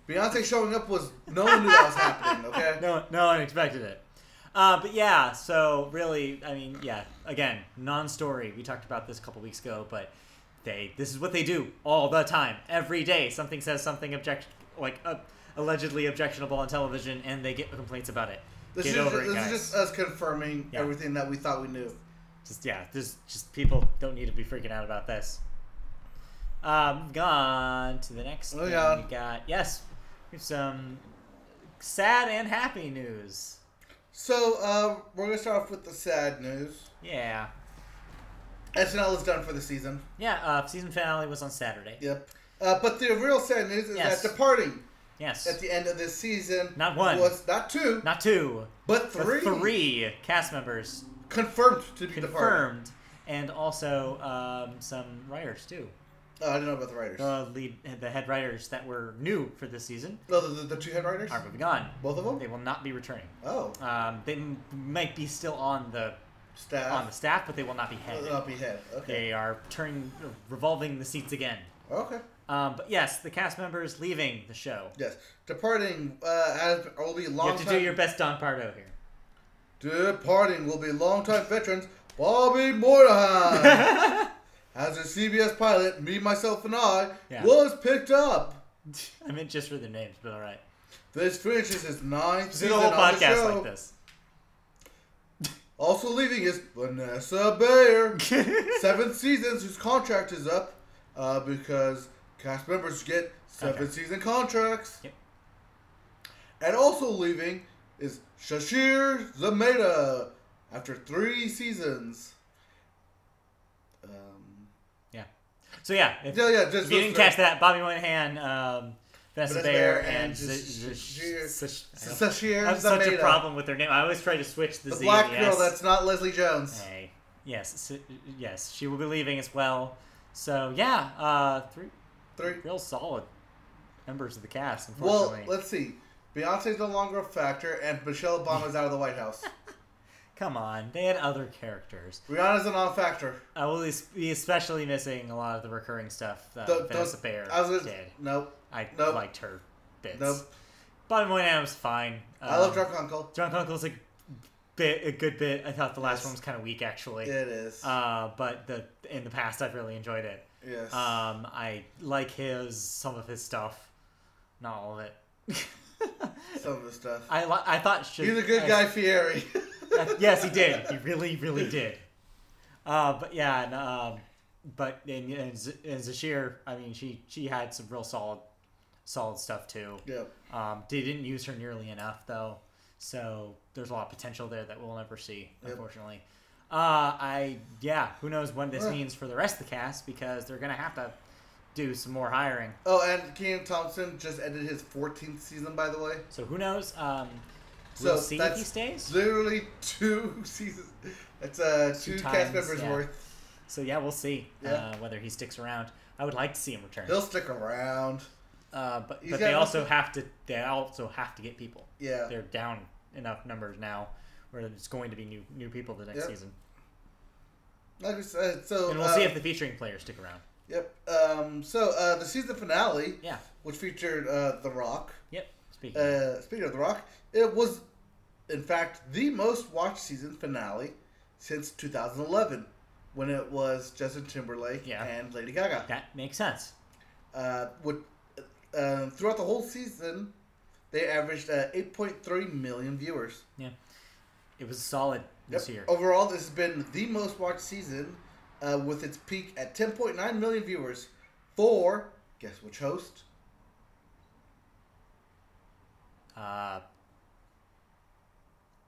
B: Beyonce showing up was no one knew that was happening. Okay,
A: no, no one expected it. Uh, but yeah, so really, I mean, yeah. Again, non-story. We talked about this a couple weeks ago, but they this is what they do all the time, every day. Something says something object like uh, allegedly objectionable on television, and they get complaints about it.
B: This,
A: get
B: is,
A: over
B: this
A: it, guys.
B: is just us confirming
A: Yeah.
B: everything that we thought we knew.
A: just yeah, there's just people don't need to be freaking out about this. Um, gone to the next
B: Moving
A: thing
B: on.
A: we got. Yes, we have some sad and happy news.
B: So uh, we're gonna start off with the sad news.
A: Yeah,
B: SNL is done for the season.
A: yeah. Uh, season finale was on Saturday.
B: Yep. Uh, but the real sad news is
A: Yes.
B: that departing at
A: Yes,
B: the end of this season
A: Not one.
B: was not two,
A: not two, but
B: but three,
A: three cast members
B: confirmed to be departing.
A: confirmed, and also um, some writers too.
B: Oh, I don't know about the writers.
A: The lead, the head writers that were new for this season
B: no, the, the, the two head writers?
A: are moving on.
B: Both of them?
A: They will not be returning.
B: Oh,
A: Um, they m- might be still on the
B: staff.
A: on the staff, but they will not be
B: Oh,
A: head.
B: they'll be head. Okay.
A: They are turning, revolving the seats again.
B: Okay.
A: Um, but yes, the cast members leaving the show.
B: Yes. Departing uh, as will be long
A: you have to
B: time.
A: do your best Don Pardo here.
B: Departing will be longtime veterans Bobby Moynihan.
A: [LAUGHS]
B: as a CBS pilot, me, myself, and I
A: Yeah.
B: was picked up.
A: [LAUGHS] I meant just for their names, but all right.
B: This finishes his
A: Do
B: ninth season
A: the whole
B: on the
A: podcast
B: show.
A: like this.
B: Also leaving is Vanessa Bayer, seventh seasons whose contract is up uh, because cast members get seven
A: Contract.
B: season contracts.
A: Yep.
B: And also leaving is Shashir Zameda after three seasons. Um,
A: so yeah, if,
B: yeah, yeah, just
A: if you didn't catch that, Bobby Moynihan, um, Vanessa
B: Vanessa
A: Bayer,
B: Bayer
A: and
B: and
A: Z- Z-
B: Z-
A: Z- I don't-
B: Shashir
A: I have
B: Zameda,
A: such a problem with their name. I always try to switch the,
B: the
A: Z
B: black
A: and the
B: girl
A: S.
B: that's not Leslie Jones.
A: Hey, yes, s- yes, she will be leaving as well. So yeah, uh, three
B: Three.
A: real solid members of the cast.
B: Well,
A: Unfortunately,
B: let's see. Beyonce's no longer a factor, and Michelle Obama's out of the White
A: [LAUGHS]
B: House.
A: come on, they had other characters.
B: Rihanna's a non-factor.
A: I will es- be especially missing a lot of the recurring stuff that
B: Don't-
A: Uh, Vanessa
B: don't-
A: Bayer
B: I was
A: did.
B: nope,
A: I
B: nope.
A: liked her bits.
B: nope.
A: Bottom line, Adam's fine.
B: I love
A: Um,
B: Drunk Uncle.
A: Drunk Uncle's a bit, a good bit. I thought the last
B: Yes.
A: one was kind of weak actually.
B: It is
A: Uh, but the in the past, I've really enjoyed it.
B: yes.
A: Um, I like his some of his stuff, not all of it. [LAUGHS]
B: Some of the stuff.
A: I li- I thought Sha-
B: He's a good
A: I-
B: guy, Fieri. [LAUGHS]
A: I- yes, he did. He really, really did. Uh, but yeah, and, um, but and, and, Z- and Zashir, I mean, she she had some real solid, solid stuff too.
B: yeah.
A: Um, they didn't use her nearly enough though, so there's a lot of potential there that we'll never see,
B: Yep.
A: unfortunately. Uh, I yeah, who knows what this
B: Yeah.
A: means for the rest of the cast because they're gonna have to do some more hiring.
B: Oh, and Keenan Thompson just ended his 14th season, by the way.
A: So who knows? Um,
B: So
A: we'll see if
B: that's
A: he stays.
B: Literally two [LAUGHS] seasons. That's uh,
A: Two
B: two,
A: times,
B: cast members
A: yeah.
B: worth.
A: So yeah, we'll see
B: Yeah.
A: uh, whether he sticks around. I would like to see him return,
B: He'll stick around.
A: uh, but
B: he's
A: but
B: got
A: they
B: enough
A: also have to they also have to get people.
B: Yeah.
A: They're down enough numbers now where it's going to be new new people the next
B: Yep.
A: season,
B: Like we said, so.
A: and we'll
B: uh,
A: see if the featuring players stick around.
B: Yep. Um, so uh, the season finale,
A: Yeah.
B: which featured uh, The Rock.
A: Yep. Speaking. of
B: Uh, speaking of The Rock, it was, in fact, the most watched season finale since 2011, when it was Justin Timberlake
A: Yeah.
B: and Lady Gaga.
A: that makes sense.
B: Uh, with, uh, throughout the whole season, they averaged uh, 8.3 million viewers.
A: It was solid this
B: Yep.
A: year.
B: Overall, this has been the most watched season, uh, with its peak at 10.9 million viewers for, guess which host? Oh.
A: Uh,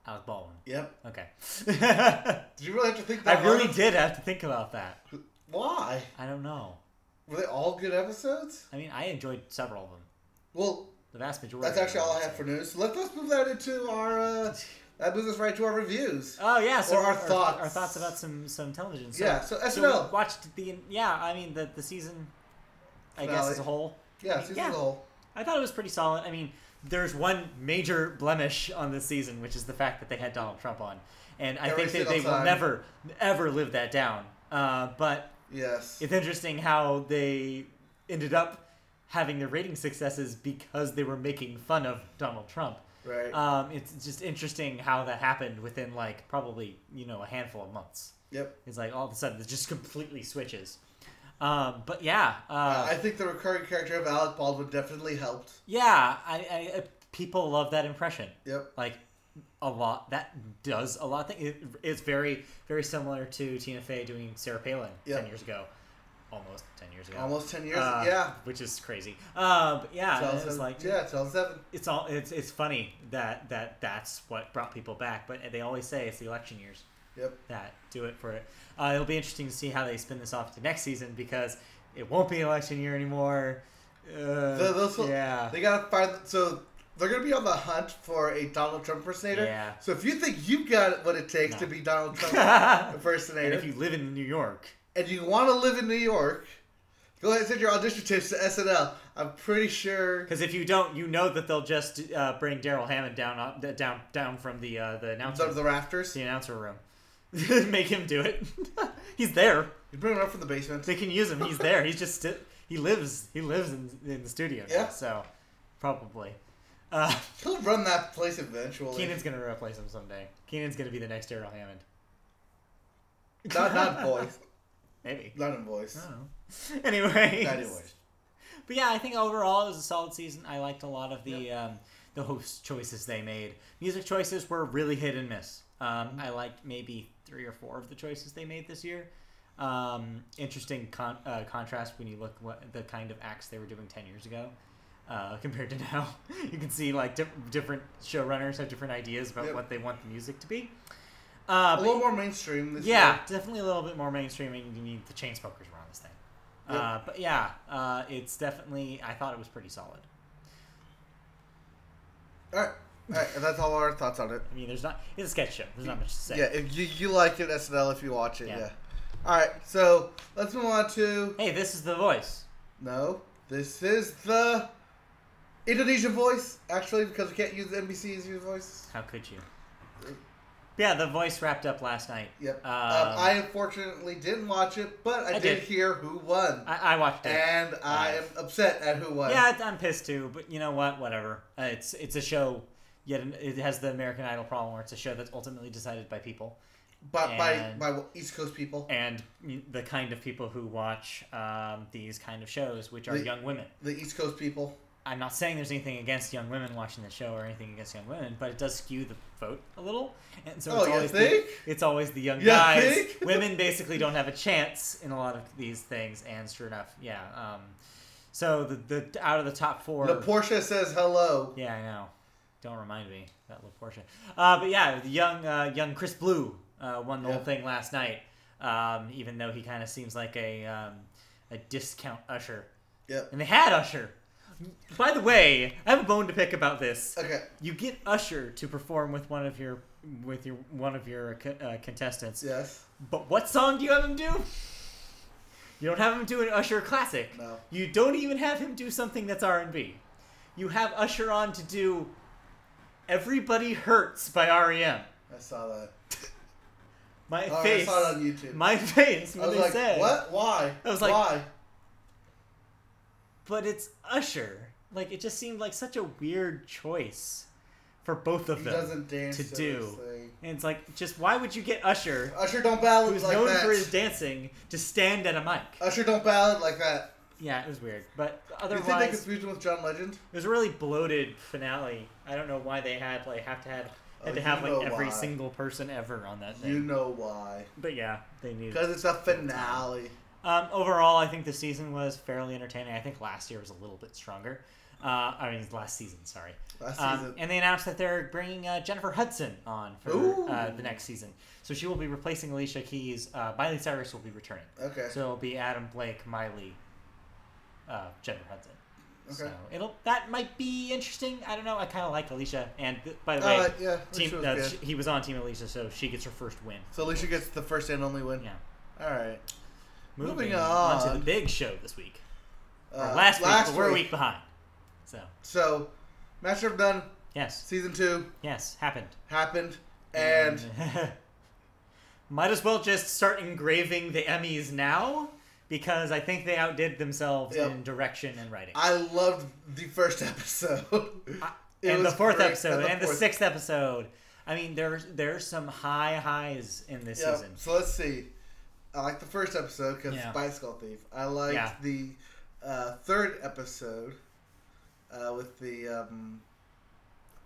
A: Alec Baldwin.
B: Yep.
A: Okay. [LAUGHS]
B: [LAUGHS] Did you really have to think that
A: I really
B: hard?
A: did have to think about that.
B: Why?
A: I don't know.
B: Were they all good episodes?
A: I mean, I enjoyed several of them.
B: Well,
A: The vast majority.
B: That's
A: of
B: actually
A: them,
B: all I
A: would
B: have
A: say.
B: for news. Let, let's move that into our. Uh, that moves us right to our reviews.
A: Oh yeah, so
B: Or our
A: Our
B: thoughts.
A: thoughts about some some television. So,
B: yeah, so SNL.
A: So we watched the yeah. I mean the the season. I guess
B: Finale.
A: as a whole,
B: yeah, season
A: yeah.
B: as a whole.
A: I thought it was pretty solid. I mean, there's one major blemish on this season, which is the fact that they had Donald Trump on, and I
B: Every
A: think that they
B: single
A: will
B: time.
A: never ever live that down. Uh, but
B: Yes.
A: it's interesting how they ended up having their rating successes because they were making fun of Donald Trump.
B: right.
A: Um, it's just interesting how that happened within like probably you know a handful of months.
B: yep.
A: It's like all of a sudden it just completely switches. Um, but yeah, uh,
B: Uh, I think the recurring character of Alec Baldwin definitely helped.
A: yeah, I, I, I people love that impression.
B: Yep.
A: Like a lot. That does a lot. Of thing. It, it's very very similar to Tina Fey doing Sarah Palin
B: Yeah.
A: ten years ago, almost ten years ago.
B: Almost 10 years.
A: Uh,
B: yeah.
A: which is crazy. Um, but yeah,
B: Tell
A: it's
B: seven-
A: like
B: yeah, tell seven.
A: it's all it's it's funny that that that's what brought people back. But they always say it's the election years.
B: Yep.
A: that do it for it. Uh, it'll be interesting to see how they spin this off to next season because it won't be election year anymore. Uh,
B: So those will-
A: yeah, [LAUGHS]
B: They gotta find. So they're gonna be on the hunt for a Donald Trump impersonator.
A: Yeah.
B: So if you think you got what it takes
A: No.
B: to
A: [LAUGHS]
B: be Donald Trump
A: and
B: impersonator,
A: if you live in New York,
B: and you want to live in New York, Go ahead and send your audition tapes to SNL. I'm pretty sure.
A: Because if you don't, you know that they'll just uh, bring Daryl Hammond down up, down down from the uh, the announcer
B: Up the rafters.
A: the announcer room. [LAUGHS] Make him do it. [LAUGHS] he's there.
B: You bring it up from the basement.
A: They can use him. He's there. He's just sti- he lives he lives in, in the studio. now,
B: Yeah.
A: so probably. Uh,
B: He'll run that place eventually.
A: Keenan's gonna replace him someday. Keenan's gonna be the next Daryl Hammond.
B: [LAUGHS]
A: [LAUGHS]
B: Not not voice.
A: Maybe.
B: Not in voice.
A: I don't know. [LAUGHS] Anyway.
B: Anyways.
A: But yeah, I think overall it was a solid season. I liked a lot of the um, the host choices they made. Music choices were really hit and miss. Um,
B: Mm-hmm.
A: I liked maybe three or four of the choices they made this year. Um, interesting con- uh, contrast when you look what the kind of acts they were doing ten years ago uh, [LAUGHS] compared to now. you can see like diff- different showrunners have different ideas about
B: Yep.
A: what they want the music to be. Uh,
B: A
A: but-
B: little more mainstream this
A: yeah,
B: year.
A: definitely a little bit more mainstream, and you need the chain smokers were on this thing.
B: Yep.
A: Uh, but yeah, uh, it's definitely. I thought it was pretty solid.
B: All right. All right. And that's all our thoughts on it.
A: I mean, there's not. It's a sketch show. There's not much to say.
B: Yeah. If you, you like it, SNL, if you watch it,
A: Yeah.
B: yeah. All right. So let's move on to
A: Hey, this is the voice.
B: no. This is the Indonesian voice actually because we can't use NBC's voice.
A: How could you? Yeah, the voice wrapped up last night.
B: Yep.
A: Um,
B: Um, I unfortunately didn't watch it, but I,
A: I
B: did,
A: did.
B: hear who won,
A: I, I watched it.
B: and I am upset at who won.
A: yeah, I'm pissed too. But you know what? Whatever. Uh, it's it's a show. Yet an- it has the American Idol problem, where it's a show that's ultimately decided by people.
B: By, by
A: And-
B: by East Coast people,
A: and the kind of people who watch um, these kind of shows, which are
B: The-
A: young women.
B: the East Coast people.
A: I'm not saying there's anything against young women watching the show or anything against young women, but it does skew the vote a little, and so
B: Oh,
A: it's
B: you
A: always
B: think?
A: The, it's always the young
B: You
A: guys.
B: think? [LAUGHS]
A: women basically don't have a chance in a lot of these things, and sure enough, yeah. Um, so the the out of the top four,
B: La Portia says hello.
A: yeah, I know. Don't remind me that little portion. Uh, but yeah, the young uh, young Chris Blue uh, won the
B: Yeah.
A: whole thing last night. Um, even though he kind of seems like a um, a discount Usher,
B: Yep.
A: and they had Usher. By the way, I have a bone to pick about this.
B: Okay.
A: You get Usher to perform with one of your with your one of your co- uh, contestants,
B: Yes.
A: but what song do you have him do? You don't have him do an Usher classic.
B: No.
A: You don't even have him do something that's R and B. You have Usher on to do "Everybody Hurts" by REM.
B: I saw
A: [LAUGHS]
B: that.
A: My
B: Oh, I
A: face,
B: saw it on YouTube.
A: my face
B: I
A: when
B: was
A: they
B: like,
A: said,
B: what? Why?
A: I was like-
B: why?
A: But it's Usher. Like it just seemed like such a weird choice for both of
B: He
A: them.
B: doesn't dance
A: to
B: to
A: do.
B: this thing.
A: And it's like, just why would you get Usher,
B: Usher don't ballad
A: who's
B: like
A: known
B: that.
A: for his dancing, to stand at a mic?
B: Usher don't ballad like that.
A: Yeah, it was weird. But
B: Do you think they
A: otherwise,
B: confused him with John Legend?
A: It was a really bloated finale. I don't know why they had like have to had had
B: Oh,
A: to
B: you
A: have
B: know
A: like every
B: why.
A: single person ever on that thing.
B: You know why?
A: But yeah, they needed.
B: Because it's a finale.
A: Um, overall, I think the season was fairly entertaining. I think last year was a little bit stronger. Uh, I mean, last season, sorry.
B: Last
A: Um,
B: season.
A: and they announced that they're bringing uh, Jennifer Hudson on
B: Ooh.
A: for uh, the next season. So she will be replacing Alicia Keys. Uh, Miley Cyrus will be returning.
B: Okay.
A: So it'll be Adam Blake, Miley, uh, Jennifer Hudson. So
B: Okay.
A: it'll that might be interesting. I don't know. I kind of like Alicia, and th- by the way,
B: Uh, yeah.
A: team
B: Alicia was
A: uh,
B: good.
A: sh he was on Team Alicia, so she gets her first win.
B: so Alicia gets the first and only win.
A: Yeah.
B: All right.
A: Moving,
B: Moving
A: on. to the
B: on.
A: big show this week or
B: Uh,
A: last, week, but we're a week behind. So
B: So, Master of None
A: yes,
B: season two
A: yes, happened.
B: happened, and
A: [LAUGHS] might as well just start engraving the Emmys now because I think they outdid themselves
B: Yep.
A: in direction and writing.
B: I loved the first [LAUGHS] episode. It
A: and the
B: was
A: fourth
B: great.
A: episode and the
B: fourth.
A: sixth episode. I mean, there's there's some high highs in this
B: Yeah,
A: season.
B: So let's see. I like the first episode because
A: Yeah.
B: Spy Skull Thief. I liked
A: Yeah.
B: the uh, third episode uh, with the. Um,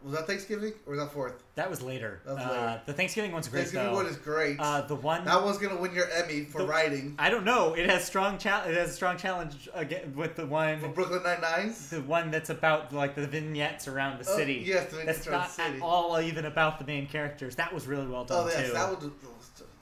B: was that Thanksgiving or was that fourth?
A: That was later.
B: That was
A: Uh,
B: later.
A: the Thanksgiving one's great
B: Thanksgiving
A: though.
B: one is great.
A: uh, the one
B: that one's gonna win your Emmy for
A: the-
B: writing
A: I don't know. It has strong challenge. It has a strong challenge again with the one
B: for Brooklyn Nine Nines.
A: the one that's about like the vignettes around the city.
B: Oh, yes, the
A: That's
B: That's
A: not
B: city.
A: at all even about the main characters. That was really well done
B: Oh yes,
A: too,
B: that would.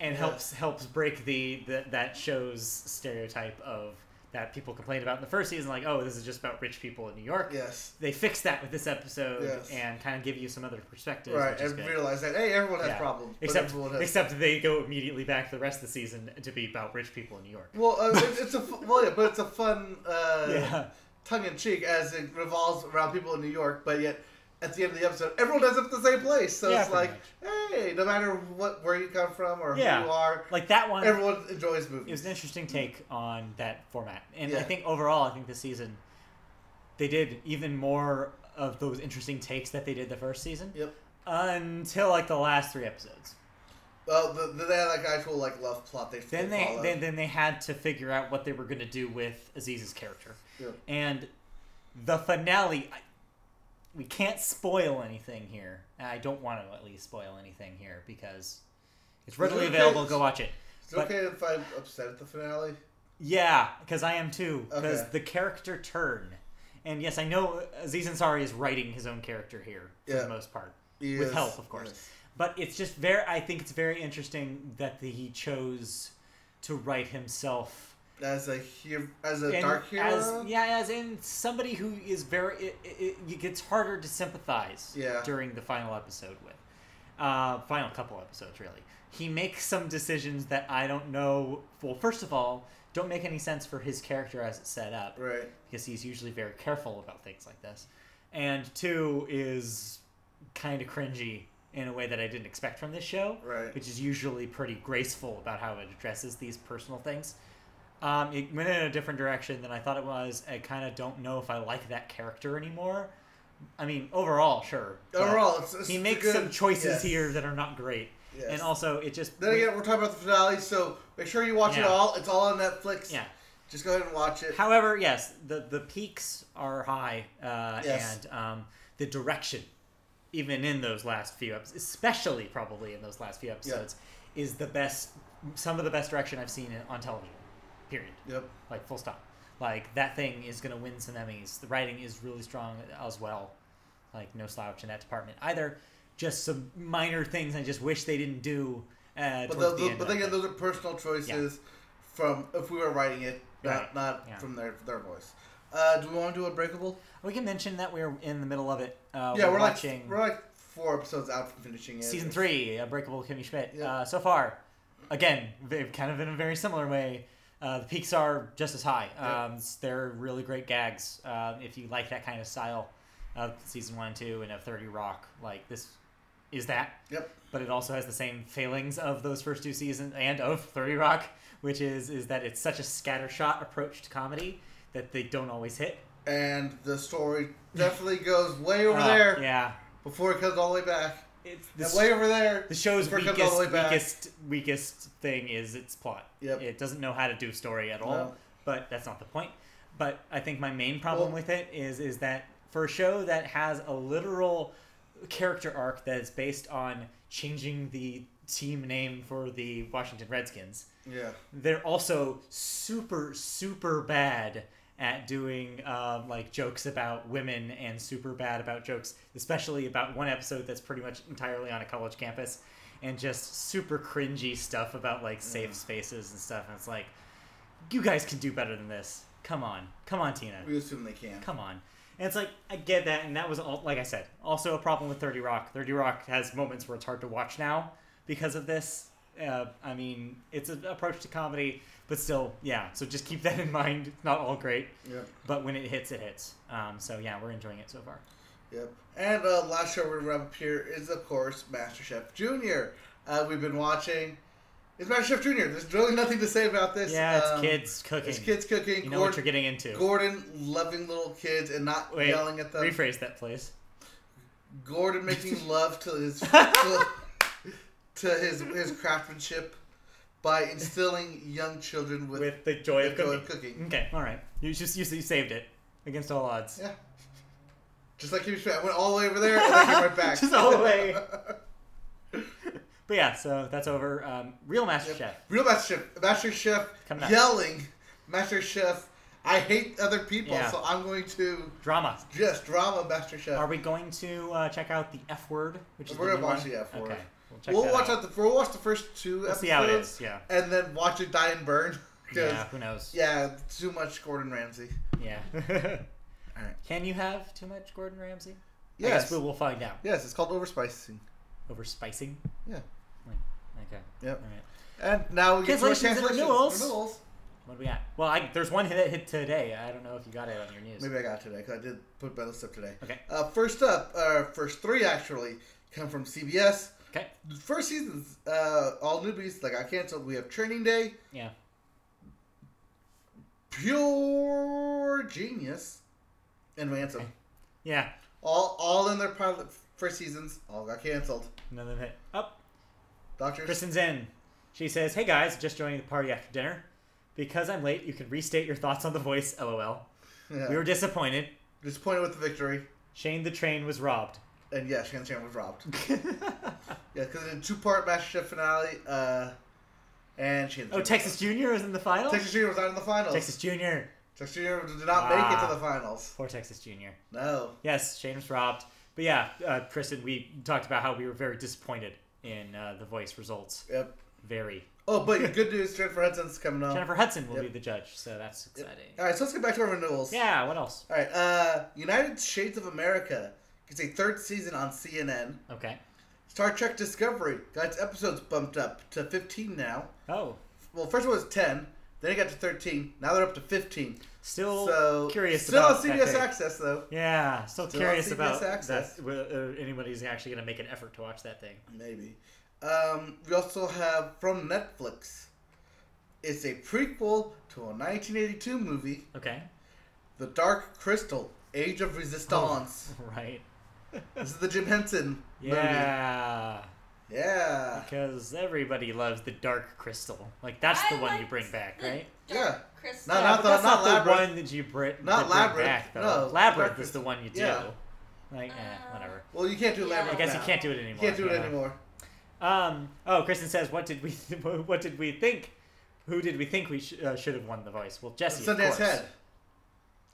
A: and helps helps break the, the that show's stereotype of that people complained about in the first season, like, oh, this is just about rich people in New York.
B: Yes.
A: They fixed that with this episode
B: Yes.
A: and kind of give you some other perspectives.
B: Right,
A: which is
B: and
A: good.
B: realize that hey, everyone has
A: Yeah.
B: problems. but
A: Except,
B: everyone has-
A: except they go immediately back to the rest of the season to be about rich people in New York.
B: well, uh, it's, it's a fu- well, yeah, but it's a fun uh,
A: yeah.
B: tongue in cheek as it revolves around people in New York, but yet at the end of the episode, everyone ends up at the same place. So
A: Yeah,
B: it's
A: pretty
B: like, hey, no matter what where you come from or
A: Yeah.
B: who you are,
A: Like that one.
B: everyone enjoys
A: it
B: movies.
A: was an interesting take on that format. And I
B: Yeah.
A: think overall, I think this season they did even more of those interesting takes that they did the first season
B: Yep.
A: until like the last three episodes.
B: Well, the, the, they had like actual like love plot. They
A: Then they
B: followed.
A: then, then they had to figure out what they were going to do with Aziz's character.
B: Yep.
A: And the finale I, we can't spoil anything here. And I don't want to at least spoil anything here because it's readily
B: Okay.
A: available. Go watch it.
B: Is it
A: but-
B: okay if I'm upset at the finale?
A: Yeah, because I am too. Because
B: Okay.
A: the character turn, and yes, I know Aziz Ansari is writing his own character here for
B: Yeah.
A: the most part,
B: Yes,
A: with help, of course.
B: yes.
A: But it's just very. I think it's very interesting that the, he chose to write himself
B: As a hero, as a
A: and
B: dark hero.
A: As, yeah, as in somebody who is very. It, it, it gets harder to sympathize
B: Yeah.
A: during the final episode with. Uh, final couple episodes, really. He makes some decisions that I don't know. Well, first of all, don't make any sense for his character as it's set up
B: Right.
A: because he's usually very careful about things like this. And two is kind of cringy in a way that I didn't expect from this show,
B: Right.
A: which is usually pretty graceful about how it addresses these personal things. Um, it went in a different direction than I thought it was. I kind of don't know if I like that character anymore. I mean, overall, sure. but
B: Overall, it's, it's
A: he
B: a
A: makes
B: good-
A: some choices
B: yes,
A: here that are not great,
B: Yes.
A: and also it just
B: Then again, we're talking about the finale, so make sure you watch it
A: Yeah.
B: all. It's all on Netflix.
A: yeah.
B: Just go ahead and watch it.
A: However, yes, the the peaks are high, uh,
B: Yes.
A: and um, the direction, even in those last few episodes, especially probably in those last few episodes, is the best. Some of the best direction I've seen in- on television. Period.
B: Yep.
A: Like full stop. Like that thing is gonna win some Emmys. The writing is really strong as well. Like no slouch in that department either. Just some minor things I just wish they didn't do. Uh,
B: But,
A: towards
B: those,
A: the end
B: but
A: of
B: then
A: it.
B: again, those are personal choices from if we were writing it, not
A: Right.
B: not
A: Yeah.
B: from their their voice. Uh, do we want to do Unbreakable?
A: we can mention that we're in the middle of it. Uh,
B: yeah,
A: we're,
B: we're
A: watching.
B: like we're like four episodes out from finishing it.
A: season three, Unbreakable Kimmy Schmidt.
B: Yeah.
A: Uh, so far, again, they kind of in a very similar way. Uh, the peaks are just as high.
B: Yeah.
A: Um, s- They're really great gags. Um, if you like that kind of style of season one, two, and of Thirty Rock, like this is that.
B: Yep.
A: But it also has the same failings of those first two seasons and of Thirty Rock, which is is that it's such a scattershot approach to comedy that they don't always hit.
B: And
A: [LAUGHS]
B: the story definitely goes way over
A: Uh,
B: there
A: Yeah.
B: before it comes all the way back.
A: It's the
B: And way over there.
A: The show's
B: Before it
A: weakest,
B: comes all the way back.
A: weakest, weakest thing is its plot.
B: Yep.
A: It doesn't know how to do story at all.
B: No.
A: But that's not the point. But I think my main problem
B: Well-
A: with it is is that for a show that has a literal character arc that is based on changing the team name for the Washington Redskins,
B: Yeah.
A: they're also super super bad at doing um, like jokes about women and super bad about jokes especially about one episode that's pretty much entirely on a college campus and just super cringy stuff about like safe spaces and stuff and it's like you guys can do better than this come on come on tina
B: We assume they can.
A: come on and it's like i get that and that was all like i said also a problem with 30 rock 30 rock has moments where it's hard to watch now because of this uh, i mean it's an approach to comedy but still yeah so just keep [LAUGHS] that in mind it's not all great
B: Yep.
A: but when it hits it hits um, so yeah we're enjoying it so far
B: Yep. And uh, last show we're gonna wrap up here is of course MasterChef Junior. Uh, we've been watching. It's MasterChef Junior. There's really nothing to say about this.
A: yeah it's
B: Um,
A: kids cooking
B: It's kids cooking.
A: you know what you're
B: Gordon,
A: getting into
B: Gordon loving little kids and not
A: Wait,
B: yelling at them.
A: rephrase that please [LAUGHS]
B: Gordon making love to his to, to his his craftsmanship by instilling young children with,
A: with the joy
B: the
A: of
B: joy
A: cooking
B: of cooking. Mm,
A: okay all right you just you, you saved it against all odds [LAUGHS]
B: Yeah. Just like Kimmy Schmidt, I went all the way over there and then came right
A: [LAUGHS]
B: back.
A: Just all the
B: [LAUGHS]
A: way. But yeah, so that's over. Um, Real Master Chef.
B: Real Master Chef, Master Chef
A: Come back.
B: yelling, Master Chef, I hate other people,
A: Yeah.
B: so I'm going to
A: Drama.
B: just drama Master Chef.
A: Are we going to uh, check out the F word? Which is
B: We're
A: the
B: gonna
A: new
B: watch
A: one?
B: the F word.
A: Okay, we'll check
B: we'll
A: that
B: watch
A: out.
B: out the we'll watch the first two
A: We'll
B: episodes
A: see how it is. Yeah.
B: and then watch it die and burn. [LAUGHS] Because,
A: Yeah,
B: yeah.
A: who knows?
B: too much Gordon Ramsay.
A: Yeah.
B: [LAUGHS] Alright.
A: Can you have too much Gordon Ramsay? I guess
B: Yes.
A: we will find out.
B: Yes, it's called overspicing.
A: Over spicing?
B: Yeah.
A: Okay.
B: Yep.
A: All right.
B: And now we get to our
A: Cancellations and
B: cancellations.
A: renewals.
B: renewals.
A: What do we got? Well, I, there's one that hit today. I don't know if you got it on your news.
B: Maybe I got it today because I did put my list up today.
A: Okay.
B: Uh, first up, uh, first three actually come from CBS.
A: Okay.
B: The First season's uh, all newbies like I canceled. We have Training Day,
A: Yeah.
B: Pure Genius, and Ransom.
A: Okay. Yeah.
B: All all in their pilot first seasons all got canceled.
A: Another hit. Up.
B: Doctors.
A: Kristen's in. She says, "Hey guys, just joining the party after dinner. Because I'm late, you can restate your thoughts on The Voice. LOL.
B: yeah.
A: We were disappointed.
B: disappointed with the victory,
A: Shane the Train was
B: [LAUGHS]
A: robbed.
B: and yeah, Shan Chan was robbed.
A: [LAUGHS]
B: Yeah, because in two part MasterChef finale, uh, and Shan.
A: oh, Texas Junior was in the final.
B: Texas Junior was not in the finals.
A: Texas Junior.
B: Texas Junior did not make it
A: Ah.
B: to the finals.
A: Poor Texas Junior.
B: No.
A: Yes, Shane was robbed. But yeah, uh, Kristen, we talked about how we were very disappointed in uh, The Voice results.
B: Yep.
A: Very.
B: Oh, but good news, Jennifer Hudson's coming on.
A: Jennifer Hudson will
B: Oh. Yep.
A: be the judge, so that's exciting.
B: All right, so let's get back to our renewals.
A: Yeah. What else?
B: All right. Uh, United Shades of America gets a third season on CNN.
A: Okay.
B: Star Trek Discovery got its episodes bumped up to 15 now.
A: Oh,
B: Well, first one was 10, then it got to 13. Now they're up to 15.
A: still
B: so
A: curious
B: still
A: about
B: on
A: that
B: CBS
A: thing.
B: Access though.
A: Yeah, still
B: Still on
A: curious
B: CBS
A: about
B: Access.
A: that. Whether anybody's actually going to make an effort to watch that thing.
B: Maybe. Um, we also have from Netflix. It's a prequel to a 1982 movie,
A: Okay.
B: The Dark Crystal: Age of Resistance.
A: [LAUGHS] Right.
B: This is the Jim Henson
A: Oh. Yeah.
B: movie. Yeah.
A: Because everybody loves the dark crystal. Like that's the
C: I
A: one you
C: liked
A: bring back,
C: the
A: right?
C: Dark
B: Yeah.
C: Crystal.
B: No,
A: yeah,
B: not
A: but
B: the-
A: that's not,
B: not
A: the
B: Labyrinth.
A: one that you bring,
B: Not
A: that bring
B: Labyrinth,
A: back, though.
B: no,
A: labyrinth
B: Dark
A: is the
B: Crystal.
A: one you do.
B: Yeah.
A: Like, eh,
C: Uh,
A: whatever.
B: Well, you can't do
C: Yeah.
B: Labyrinth
A: I guess
B: now.
A: you can't do it anymore.
B: You can't do it
A: yeah.
B: anymore.
A: Um. Oh, Kristen says, "What did we? [LAUGHS] What did we think? Who did we think we sh- uh, should have won the voice? Well, Jesse, of course.
B: Sundance Head.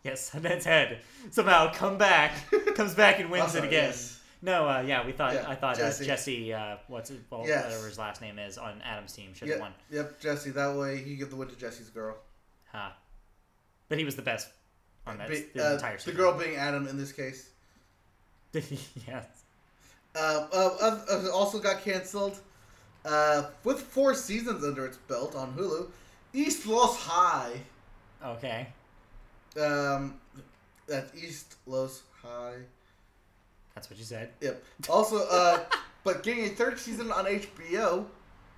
A: Yes, [LAUGHS] Sundance Head somehow come
B: [LAUGHS]
A: back, comes back and wins
B: Also,
A: it again.
B: yes.
A: No, uh, yeah, we thought
B: Yeah,
A: I thought Jesse,
B: Jesse.
A: uh, Jesse uh, what's it, well,
B: Yes.
A: whatever his last name is on Adam's team should have
B: Yep,
A: won.
B: yep, Jesse. That way you give the win to Jesse's girl.
A: Huh. But he was the best on that
B: Be-
A: Oh, the
B: uh,
A: entire
B: the
A: season.
B: girl being Adam in this case.
A: [LAUGHS] yes.
B: Um, uh, uh, uh, also got canceled. Uh, with four seasons under its belt on Hulu, East Los High.
A: Okay.
B: Um, that's East Los High.
A: That's what you said.
B: Yep. Also, uh, but getting a third season on HBO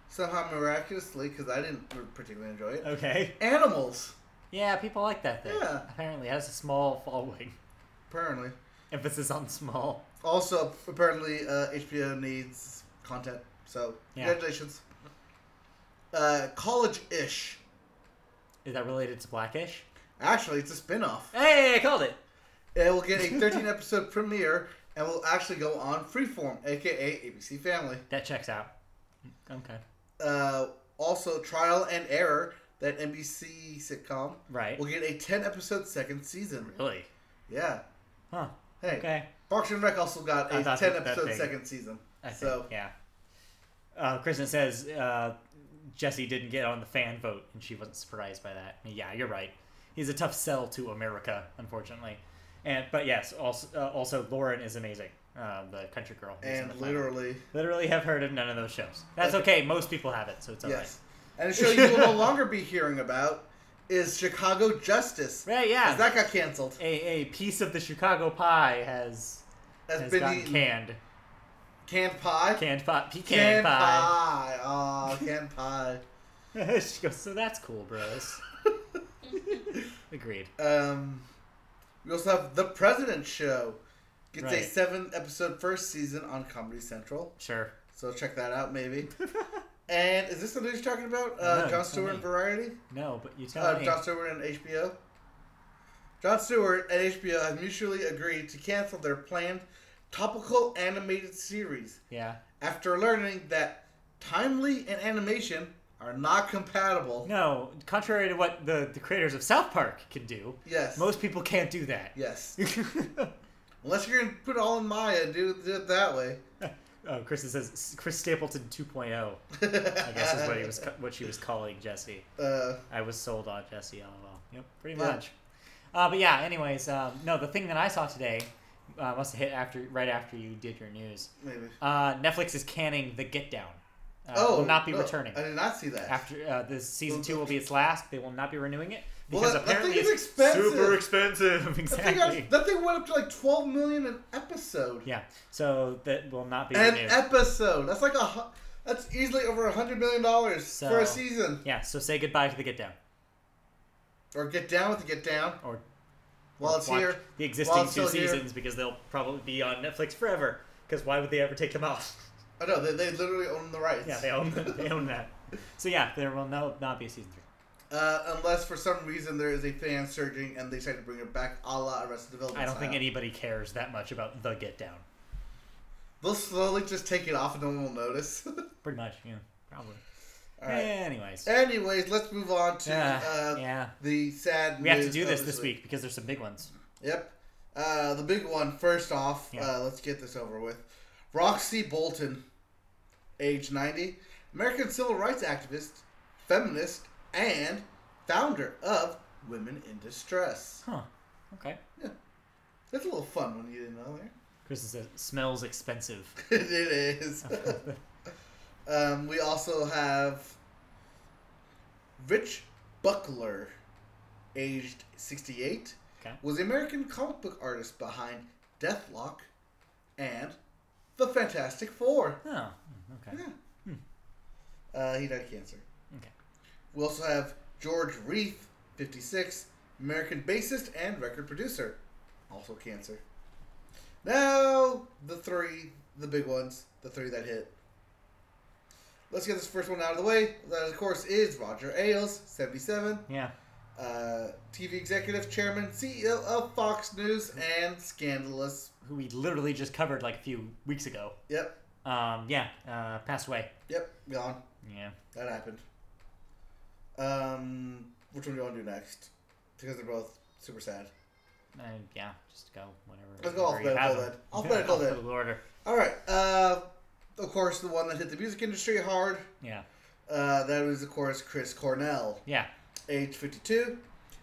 B: somehow miraculously because I didn't particularly enjoy it.
A: Okay.
B: Animals,
A: Yeah, people like that thing.
B: Yeah.
A: Apparently it has a small following. [LAUGHS]
B: apparently.
A: Emphasis on small.
B: Also, apparently, uh, HBO needs content. So,
A: Yeah.
B: congratulations. Uh, College ish.
A: Is that related to Blackish?
B: Actually, it's a spin off.
A: Hey, I called it.
B: It will get a 13 episode premiere and will actually go on Freeform, aka ABC Family.
A: That checks out. Okay.
B: Uh, also, Trial and Error, that NBC sitcom,
A: Right.
B: will get a 10 episode second season.
A: Really?
B: Yeah.
A: Huh.
B: Hey,
A: Okay.
B: Parks and Rec also got
A: I
B: a 10
A: thought that- that
B: episode
A: thing-
B: second season.
A: I think,
B: So-
A: yeah. Uh, Kristen says uh, Jesse didn't get on the fan vote, and she wasn't surprised by that. Yeah, you're right. He's a tough sell to America, unfortunately. And but yes, also uh, also Lauren is amazing. Uh, the country girl. who's in
B: And
A: the final.
B: literally,
A: literally have heard of none of those shows. That's
B: Okay.
A: okay. Most people have it, so it's alright.
B: yes. And a show you will no longer be hearing about is Chicago Justice.
A: Right? Yeah.
B: 'Cause that got canceled.
A: a a piece of the Chicago pie has
B: That's
A: has
B: been
A: gotten
B: eaten.
A: canned.
B: Canned pie.
A: Canned pie. Pecan
B: Canned
A: pie.
B: pie. Oh, canned pie. [LAUGHS]
A: [LAUGHS] she goes. So that's cool, bros. Agreed.
B: Um, we also have The President Show. Gets a
A: Right.
B: seven episode first season on Comedy Central.
A: Sure. [LAUGHS]
B: So check that out, maybe. and is this the news you're talking about? Uh,
A: No,
B: John
A: tell
B: Stewart and
A: me.
B: Variety?
A: No, but you tell
B: Uh,
A: me.
B: John Stewart and HBO? John Stewart and HBO have mutually agreed to cancel their planned topical animated series
A: Yeah.
B: after learning that timely and animation are not compatible.
A: No, contrary to what the, the creators of South Park can do,
B: Yes.
A: most people can't do that. [LAUGHS]
B: Yes. Unless you're gonna put it all in Maya, do, do it that way.
A: Oh, Kristen says Chris Stapleton 2.0. I guess is what he was ca- what she was calling Jesse.
B: [LAUGHS] Uh,
A: I was sold on Jesse LOL. Yep, pretty
B: Yeah.
A: much. Uh, but yeah, anyways, um, no, the thing that I saw today uh, must have hit after right after you did your news.
B: maybe.
A: Uh, Netflix is canning The Get Down. Uh,
B: oh,
A: will not be
B: no,
A: returning
B: I did not see that.
A: after uh, this season
B: Well,
A: two will be its last. They will not be renewing it
B: Well,
A: because
B: that- that
A: apparently
B: thing is
A: it's
B: expensive.
A: super expensive. [LAUGHS]
B: that,
A: exactly.
B: thing got- that thing went up to like twelve million an episode.
A: Yeah, so that will not be
B: An
A: renewed.
B: episode. That's like a. hu- That's easily over a hundred million dollars for
A: So-
B: a season.
A: yeah, so say goodbye to the Get Down
B: Or get down with the get down
A: or
B: while it's
A: watch
B: here.
A: the existing
B: it's
A: two
B: still here.
A: seasons because they'll probably be on Netflix forever. Because why would they ever take them off? [LAUGHS]
B: Oh no, they, they literally own the rights.
A: Yeah, they own they own that. So yeah, there will no, not be a season three.
B: Uh, unless for some reason there is a fan surging and they decide to bring it back, a la Arrested Development.
A: I don't think
B: style.
A: anybody cares that much about the Get Down.
B: They'll slowly just take it off and no one will notice. [LAUGHS] All
A: Pretty much, yeah, probably.
B: right.
A: Anyways,
B: Anyways, let's move on to
A: Yeah,
B: uh,
A: yeah.
B: the sad.
A: we have to
B: news
A: do
B: of
A: this this week because there's some big ones.
B: Yep. Uh, the big one first off.
A: Yeah.
B: Uh, let's get this over with. Roxy Bolton, age 90, American civil rights activist, feminist, and founder of Women in Distress.
A: Huh? Okay.
B: That's a little fun when you didn't know there.
A: Kristen says smells [LAUGHS] expensive.
B: [LAUGHS] it is.
A: Oh,
B: um, we also have Rich Buckler, aged 68,
A: Okay.
B: was the American comic book artist behind Deathlock and The Fantastic Four.
A: Oh, okay.
B: Yeah. Hmm. Uh, he died of cancer.
A: Okay.
B: We also have George Reith, 56, American bassist and record producer, also cancer. Now, the three, the big ones, the three that hit. Let's get this first one out of the way. That, of course, is Roger Ailes, 77,
A: Yeah.
B: uh, TV executive, chairman, CEO of Fox News, and Scandalous.
A: Who we literally just covered like a few weeks ago.
B: Yep,
A: Um, yeah, uh, passed away.
B: yep, gone.
A: Yeah.
B: That happened. Um, which one do you want to do next? Because they're both super sad.
A: Uh, yeah, just go whatever.
B: Let's go
A: wherever you
B: alphabetical
A: have 'em.
B: then. Alphabetical then.
A: Alphabetical order.
B: All right. Uh, of course, the one that hit the music industry hard.
A: Yeah.
B: Uh, that was, of course, Chris Cornell,
A: Yeah.
B: age 52,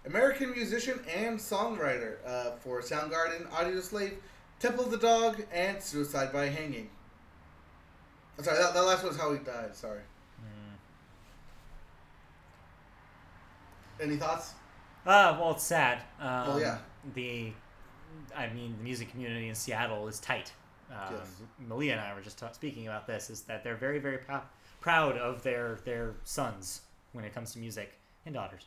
B: American musician and songwriter uh, for Soundgarden, Audio Slave, Temple of the Dog, and Suicide by Hanging. I'm sorry, that, that last one was how he died. Sorry. Any thoughts?
A: Uh, well, it's sad. Um,
B: Well, yeah.
A: The, I mean, the music community in Seattle is tight. Um,
B: Yes.
A: Malia and I were just ta- speaking about this. Is that they're very, very prou- proud of their their sons when it comes to music and daughters.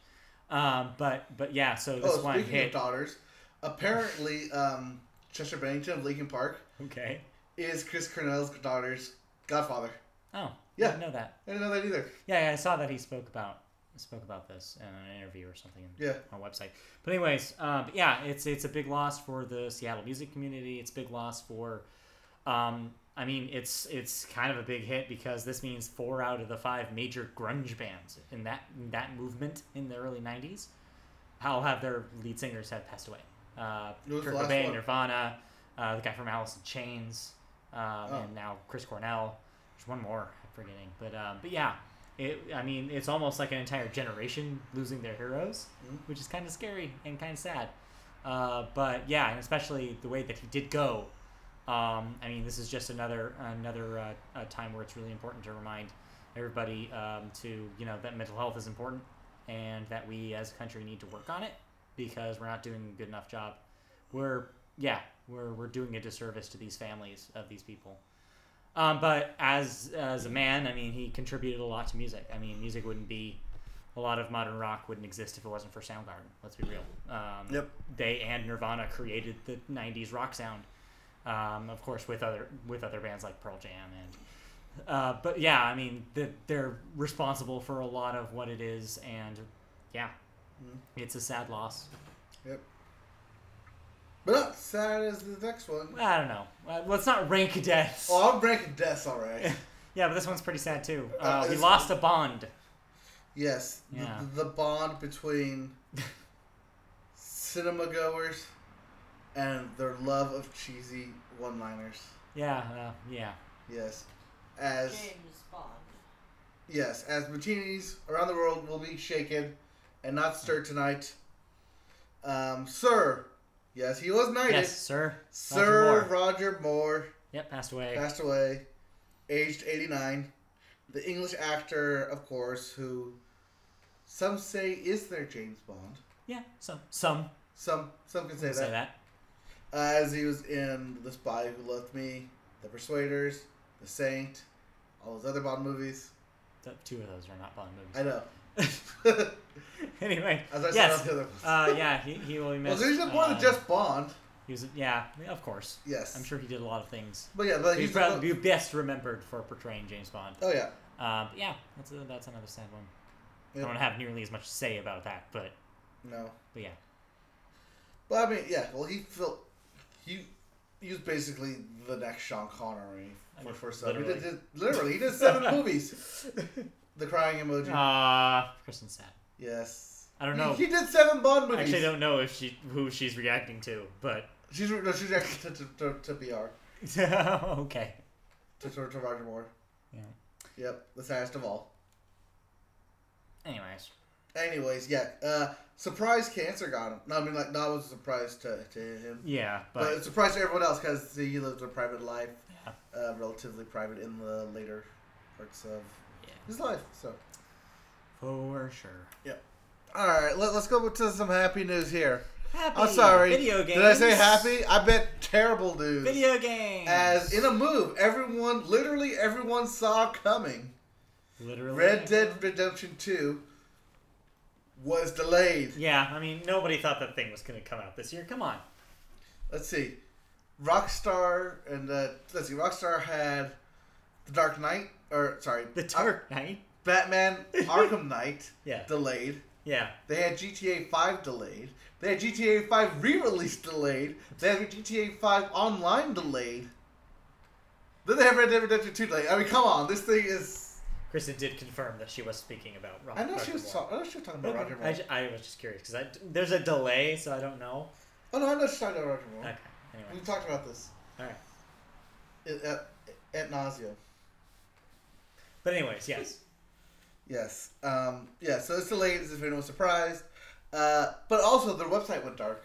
A: Um, but but yeah, so this
B: Oh,
A: one
B: speaking
A: hit.
B: of daughters, apparently um, Chester Bennington of Lincoln Park
A: okay.
B: is Chris Cornell's daughter's godfather.
A: Oh,
B: Yeah.
A: I didn't know that.
B: I didn't know that either.
A: Yeah, yeah, I saw that he spoke about spoke about this in an interview or something
B: Yeah.
A: on a website. But anyways, um, but yeah, it's it's a big loss for the Seattle music community. It's a big loss for, um, I mean, it's it's kind of a big hit because this means four out of the five major grunge bands in that in that movement in the early '90s, how have their lead singers have passed away. Uh,
B: Who was the
A: Kurt
B: last
A: Cobain,
B: one?
A: Nirvana, uh, the guy from Alice in Chains, um,
B: Oh.
A: and now Chris Cornell. There's one more I'm forgetting, but um, but yeah, it. I mean, it's almost like an entire generation losing their heroes,
B: Mhm.
A: which is kind of scary and kind of sad. Uh, but yeah, and especially the way that he did go. Um, I mean, this is just another another uh, uh, time where it's really important to remind everybody um, to you know that mental health is important and that we as a country need to work on it because we're not doing a good enough job. We're yeah, we're we're doing a disservice to these families of these people. Um, but as as a man, I mean, he contributed a lot to music. I mean, music wouldn't be a lot of modern rock wouldn't exist if it wasn't for Soundgarden. Let's be real. Um,
B: Yep.
A: They and Nirvana created the '90s rock sound. Um, of course, with other with other bands like Pearl Jam and uh, but yeah, I mean, the, they're responsible for a lot of what it is, and yeah, it's a sad loss.
B: Yep. But not sad as the next one.
A: I don't know. Uh, let's not rank deaths.
B: Oh, I'm ranking deaths,
A: [LAUGHS]
B: all right.
A: Yeah, but this one's pretty sad too.
B: Uh,
A: Uh, we
B: it's-
A: lost a bond. [LAUGHS]
B: yes,
A: Yeah.
B: the, the bond between cinema goers and their love of cheesy one-liners.
A: Yeah, uh, yeah,
B: Yes. As
C: James Bond.
B: yes, as martinis around the world will be shaken and not stirred tonight. Um, sir. Yes, he was knighted.
A: Yes, sir.
B: Sir
A: Roger Moore.
B: Roger Moore
A: Yep, passed away.
B: passed away, aged 89. The English actor, of course, who some say is their James Bond.
A: yeah, some some
B: Some some can say
A: say
B: that.
A: that.
B: Uh, as he was in The Spy Who Loved Me, The Persuaders, The Saint, all those other Bond movies.
A: Th- Two of those are not Bond
B: I
A: movies.
B: know. [LAUGHS] as
A: [LAUGHS] anyway,
B: I said,
A: yes.
B: the other ones.
A: [LAUGHS] uh, yeah, he, he will be
B: well,
A: missed.
B: there's more than
A: Uh,
B: just Bond.
A: He was, yeah, of course.
B: Yes.
A: I'm sure he did a lot of things.
B: But yeah, but
A: He's
B: he's
A: probably be best remembered for portraying James Bond.
B: Oh yeah.
A: Um, but yeah, that's a, that's another sad one. I don't
B: yeah.
A: have nearly as much to say about that, but
B: No.
A: but yeah,
B: But I mean, yeah. Well, he felt he he was basically the next Sean Connery
A: I
B: for
A: mean,
B: for some. He did,
A: literally.
B: did, literally, he
A: [LAUGHS]
B: did seven movies. [LAUGHS] The crying emoji. Uh,
A: ah, Kristen's sad.
B: yes.
A: I don't
B: [LAUGHS]
A: know.
B: He, he did seven Bond
A: I
B: movies.
A: actually don't know if she who she's reacting to,
B: [LAUGHS]
A: but
B: She's re- no, she's actually to, to, to, to BR
A: okay.
B: to, to, to Roger Moore.
A: Yeah.
B: Yep, the saddest of all.
A: Anyways,
B: Anyways, yeah. Uh, surprise cancer got him. No, I mean like that was a surprise to, to him,
A: yeah,
B: but,
A: but
B: it's a surprise to everyone else because he lived a private life,
A: Yeah.
B: uh, relatively private in the later parts of
A: Yeah.
B: his life. So.
A: for sure.
B: All right, let, let's go to some happy news here.
A: Happy
B: I'm sorry.
A: Video games.
B: Did I say happy? I bet terrible news.
A: Video games.
B: As in a move, everyone, literally everyone saw coming.
A: literally
B: Red Dead Redemption 2 was delayed.
A: Yeah, I mean nobody thought that thing was gonna come out this year. Come on.
B: Let's see. Rockstar and, uh, let's see, Rockstar had The Dark Knight, or sorry,
A: The
B: Ar-
A: Dark Knight. [LAUGHS]
B: Batman Arkham Knight
A: Yeah.
B: delayed.
A: Yeah.
B: They had GTA 5 delayed. They had GTA 5 re-release delayed. They had GTA 5 online delayed. Then they have Red Dead Redemption 2 delayed. I mean, come on, this thing is.
A: Kristen did confirm that she was speaking about Ron.
B: I know she was. Talk- I know she was talking about Roger
A: I,
B: Moore.
A: ju- I was just curious because there's a delay, so I don't know.
B: Oh no, I know she's talking about Roger Moore.
A: Okay. Anyway.
B: We talked about this
A: All right.
B: at, at, at nauseum.
A: But anyways, yes.
B: Yes. Um, yeah. So it's delayed. As if anyone was surprised. Uh, but also their website went dark.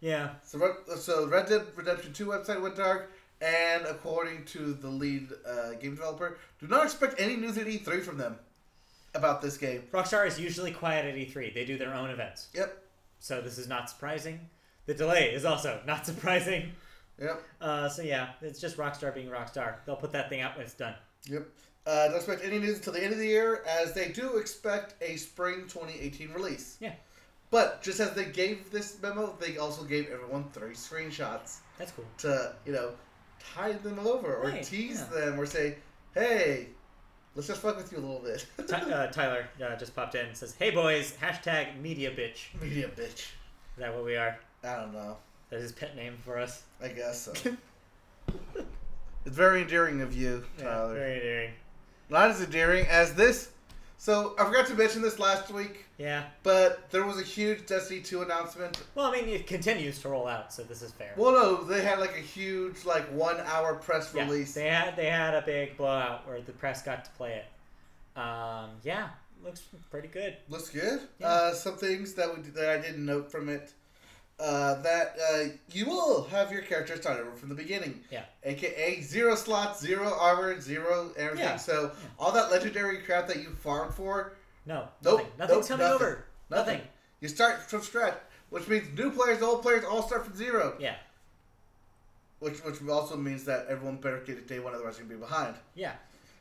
A: Yeah.
B: So, Re- so Red Dead Redemption 2 website went dark, and according to the lead uh, game developer, do not expect any news at E3 from them about this game.
A: Rockstar is usually quiet at E3. They do their own events,
B: Yep,
A: so this is not surprising. The delay is also [LAUGHS] not surprising.
B: yep,
A: Uh, so yeah, it's just Rockstar being Rockstar. They'll put that thing out when it's done.
B: yep. Uh, don't expect any news until the end of the year, as they do expect a spring 2018 release.
A: Yeah.
B: But just as they gave this memo, they also gave everyone three screenshots
A: That's cool.
B: to, you know, tide them over or
A: Hey,
B: tease
A: yeah.
B: them or say, hey, let's just fuck with you a little bit.
A: Ty
B: [LAUGHS]
A: uh, Tyler uh, just popped in and says, "Hey boys, hashtag media bitch."
B: Media bitch.
A: Is that what we are?
B: I don't know.
A: That is his pet name for us.
B: I guess
A: [LAUGHS]
B: so. it's very endearing of you,
A: Yeah,
B: Tyler.
A: very endearing.
B: Not as endearing as this. So I forgot to mention this last week,
A: Yeah.
B: but there was a huge Destiny 2 announcement.
A: Well, I mean, it continues to roll out, so this is fair.
B: Well, no, they had like a huge, like one hour press
A: Yeah,
B: release.
A: They had they had a big blowout where the press got to play it. Um, yeah, looks pretty good.
B: Looks good.
A: Yeah.
B: Uh, some things that we that I didn't note from it. Uh, that uh, you will have your character start over from the beginning.
A: Yeah.
B: AKA zero slots, zero armor, zero everything.
A: Yeah.
B: So all that legendary crap that you farmed for,
A: No,
B: Nope,
A: nothing. Nothing's
B: nope,
A: coming
B: nothing,
A: over. Nothing.
B: You start from scratch, which means new players, old players, all start from zero.
A: Yeah,
B: Which which also means that everyone better get it day one, otherwise you're gonna be behind.
A: yeah,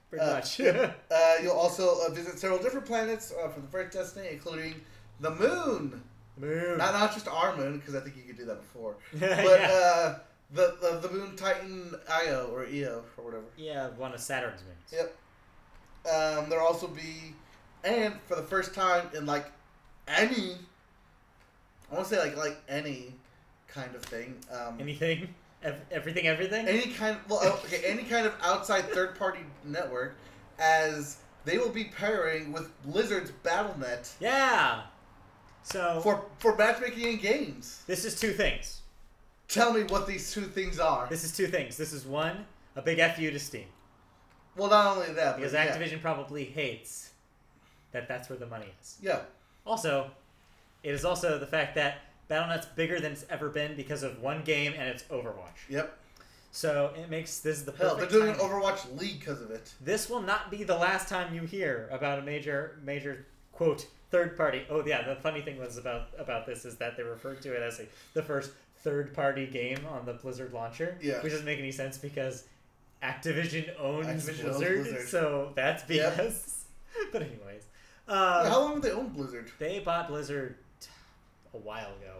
A: pretty
B: Uh, [LAUGHS]
A: much.
B: Uh, you'll also uh, visit several different planets uh, for the first destiny, including the moon.
A: Moon.
B: Not not just our moon, because I think you could do that before.
A: [LAUGHS]
B: But
A: yeah.
B: uh, the, the the moon Titan Io or Io or whatever.
A: yeah, one of Saturn's moons.
B: Yep. Um, there'll also be, and for the first time in like any, I want to say like like any kind of thing. Um,
A: Anything, Ev- everything, everything.
B: any kind well oh, okay any kind of outside third party network as they will be pairing with blizzard's battlenet
A: yeah. So
B: for for matchmaking in games
A: this is two things.
B: tell me what these two things are
A: This is two things. This is one, a big fu to Steam.
B: Well, not only that,
A: because
B: but Uh, yeah.
A: Activision probably hates that that's where the money is.
B: Yeah,
A: Also, it is also the fact that Battle.net's bigger than it's ever been because of one game and it's Overwatch.
B: yep.
A: So it makes this is the perfect
B: Hell, they're doing an
A: timing.
B: Overwatch League because of it.
A: This will not be the last time you hear about a major major quote third party. Oh yeah, the funny thing was about about this is that they referred to it as a, the first third party game on the Blizzard launcher.
B: Yeah.
A: Which doesn't make any sense because Activision owns,
B: Activision owns
A: Blizzard,
B: Blizzard.
A: so that's
B: Yep.
A: BS. [LAUGHS] but anyways,
B: Yeah,
A: um,
B: How long have they owned Blizzard?
A: they bought Blizzard a while ago,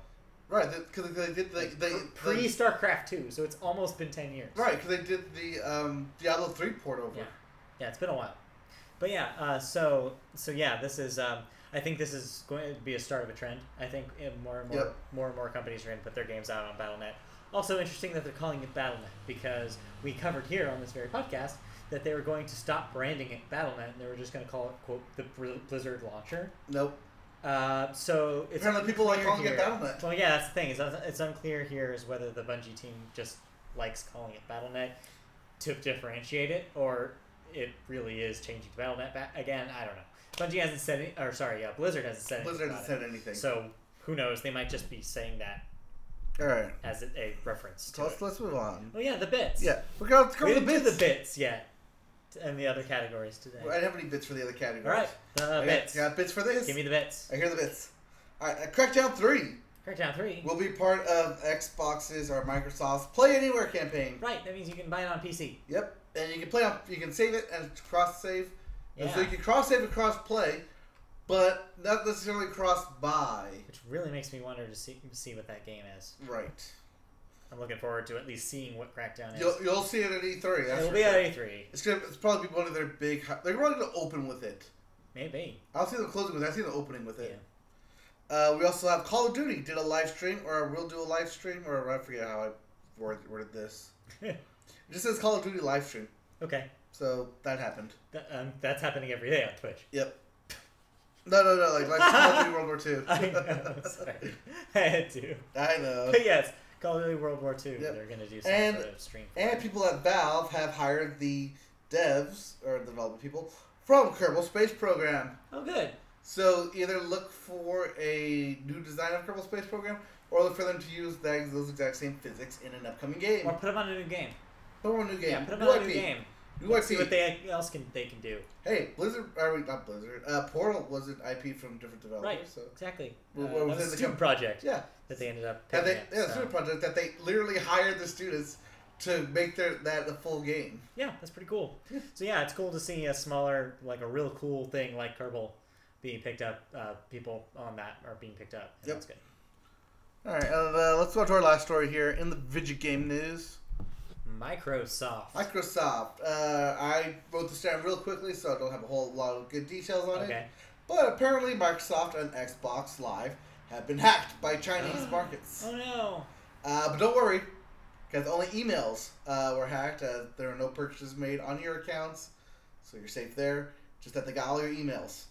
B: Right, because they, did they, they
A: pre
B: they-
A: StarCraft two, so it's almost been ten years.
B: right because they did the um, Diablo three port over.
A: Yeah. Yeah, it's been a while. But yeah, uh, so so yeah, this is. Um, I think this is going to be a start of a trend. I think uh, more and more
B: Yep.
A: more and more companies are going to put their games out on BattleNet. Also interesting that they're calling it BattleNet because we covered here on this very podcast that they were going to stop branding it BattleNet and they were just going to call it quote the Bri- Blizzard launcher.
B: Nope.
A: Uh, so it's
B: Apparently people like
A: unclear
B: calling it
A: here-
B: BattleNet.
A: Well, yeah, that's the thing. It's, un- it's unclear here is whether the Bungie team just likes calling it BattleNet to differentiate it, or it really is changing to BattleNet ba- again. I don't know. Bungie hasn't said, any- or sorry, yeah, Blizzard hasn't said. anything
B: Blizzard
A: about
B: hasn't said anything.
A: it. So who knows? They might just be saying that
B: All right,
A: as a, a reference to.
B: so let's,
A: it.
B: let's move on.
A: Oh yeah, the bits.
B: Yeah, we're gonna let's
A: we
B: cover the
A: didn't do
B: bits.
A: the bits yet, and the other categories today.
B: I didn't have any bits for the other
A: All
B: categories.
A: right, the
B: I got,
A: bits.
B: I got bits for this.
A: Give me the bits.
B: I hear the bits. All right, uh, Crackdown three
A: Crackdown three.
B: will be part of Xbox's or Microsoft's Play Anywhere campaign.
A: Right, that means you can buy it on PC.
B: Yep, and you can play on, you can save it and cross save, and so
A: Yeah.
B: you can cross save and cross play, but not necessarily cross buy.
A: Which really makes me wonder to see see what that game is.
B: Right.
A: I'm looking forward to at least seeing what Crackdown is.
B: You'll, you'll see it at E3. That's
A: It'll
B: for
A: be
B: sure.
A: at E A3,
B: It's gonna it's probably be one of their big. hi- They're probably gonna open with it.
A: maybe.
B: I don't see them closing with it. I see them opening with it. Uh, we also have Call of Duty did a live stream, or will do a live stream, or I forget how I word- worded
A: [LAUGHS]
B: this.
A: Yeah.
B: It just says Call of Duty live stream,
A: okay,
B: so that happened.
A: Th- um, that's happening every day on Twitch. [LAUGHS]
B: Yep. No, no, no, like, like Call of Duty World War Two.
A: I
B: [LAUGHS]
A: know. Sorry, [LAUGHS] I had to.
B: I know.
A: But yes, Call of Duty World War II.
B: Yep.
A: They're gonna do some
B: And-
A: sort of stream. for
B: And
A: it.
B: people at Valve have hired the devs or development people from Kerbal Space Program.
A: oh, good.
B: So either look for a new design of Kerbal Space Program, or look for them to use that, those exact same physics in an upcoming game.
A: Or put them on a new game.
B: Throw a new game.
A: Yeah, put them
B: new
A: on a
B: IP.
A: new game.
B: New
A: Let's see
B: IP.
A: what they else can they can do.
B: Hey, Blizzard. Are we not Blizzard? Uh, Portal was an IP from different developers.
A: Right.
B: So
A: Exactly.
B: Well,
A: Uh,
B: well,
A: that
B: within
A: was a
B: the
A: student
B: com-
A: project
B: yeah,
A: that they ended up.
B: and they,
A: picking up,
B: yeah, it's
A: so-
B: a project that they literally hired the students to make their that a full game.
A: Yeah, that's pretty
B: [LAUGHS]
A: cool. So yeah, it's cool to see a smaller, like a real cool thing like Kerbal being picked up. Uh, people on that are being picked up. And
B: Yep.
A: That's good.
B: All right, and, uh, let's go to our last story here in the video game news.
A: Microsoft.
B: Microsoft. Uh, I wrote this down real quickly, so I don't have a whole lot of good details on it.
A: okay.
B: But apparently, Microsoft and Xbox Live have been hacked
A: [GASPS]
B: by Chinese markets.
A: Oh no.
B: Uh, but don't worry, because only emails uh, were hacked. Uh, there are no purchases made on your accounts, so you're safe there. Just that they got all your emails.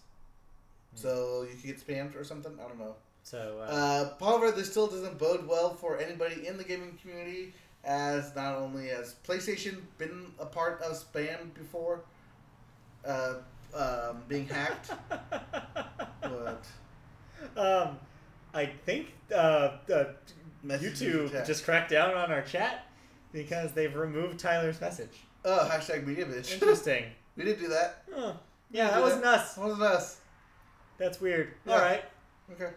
B: So you could get spammed or something. I don't know.
A: So Hmm. uh,
B: Uh, however, this still doesn't bode well for anybody in the gaming community, as not only has PlayStation been a part of spam before, uh, um,
A: [LAUGHS]
B: being hacked, Uh, but
A: um, I think uh, uh,
B: messaging
A: YouTube
B: attack.
A: just cracked down on our chat because they've removed Tyler's
B: [LAUGHS]
A: message.
B: oh hashtag media bitch.
A: Interesting.
B: we did do that.
A: Huh. Yeah,
B: do
A: that wasn't us.
B: That wasn't us.
A: That's weird.
B: Yeah.
A: All right.
B: Okay.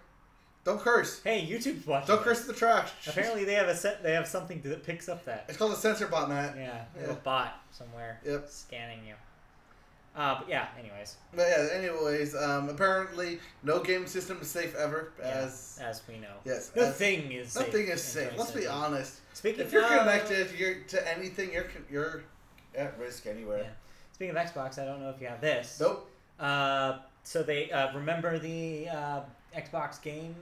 B: Don't curse.
A: Hey, YouTube's watching.
B: Don't
A: this.
B: curse the trash.
A: Apparently, they have a set. They have something that picks up that.
B: It's called a censor bot, Matt.
A: Yeah,
B: Yeah.
A: a bot somewhere
B: Yep.
A: scanning you. Uh, but yeah. Anyways,
B: But yeah. Anyways, um, apparently no game system is safe ever. As
A: as we know,
B: yes, as-
A: nothing is safe.
B: nothing is
A: in
B: safe. Let's be
A: 2017.
B: honest.
A: Speaking
B: If you're
A: of,
B: connected, you're to anything. You're con- you're at risk anywhere.
A: Yeah. Speaking of Xbox, I don't know if you have this.
B: Nope.
A: Uh, so they uh, remember the uh, Xbox game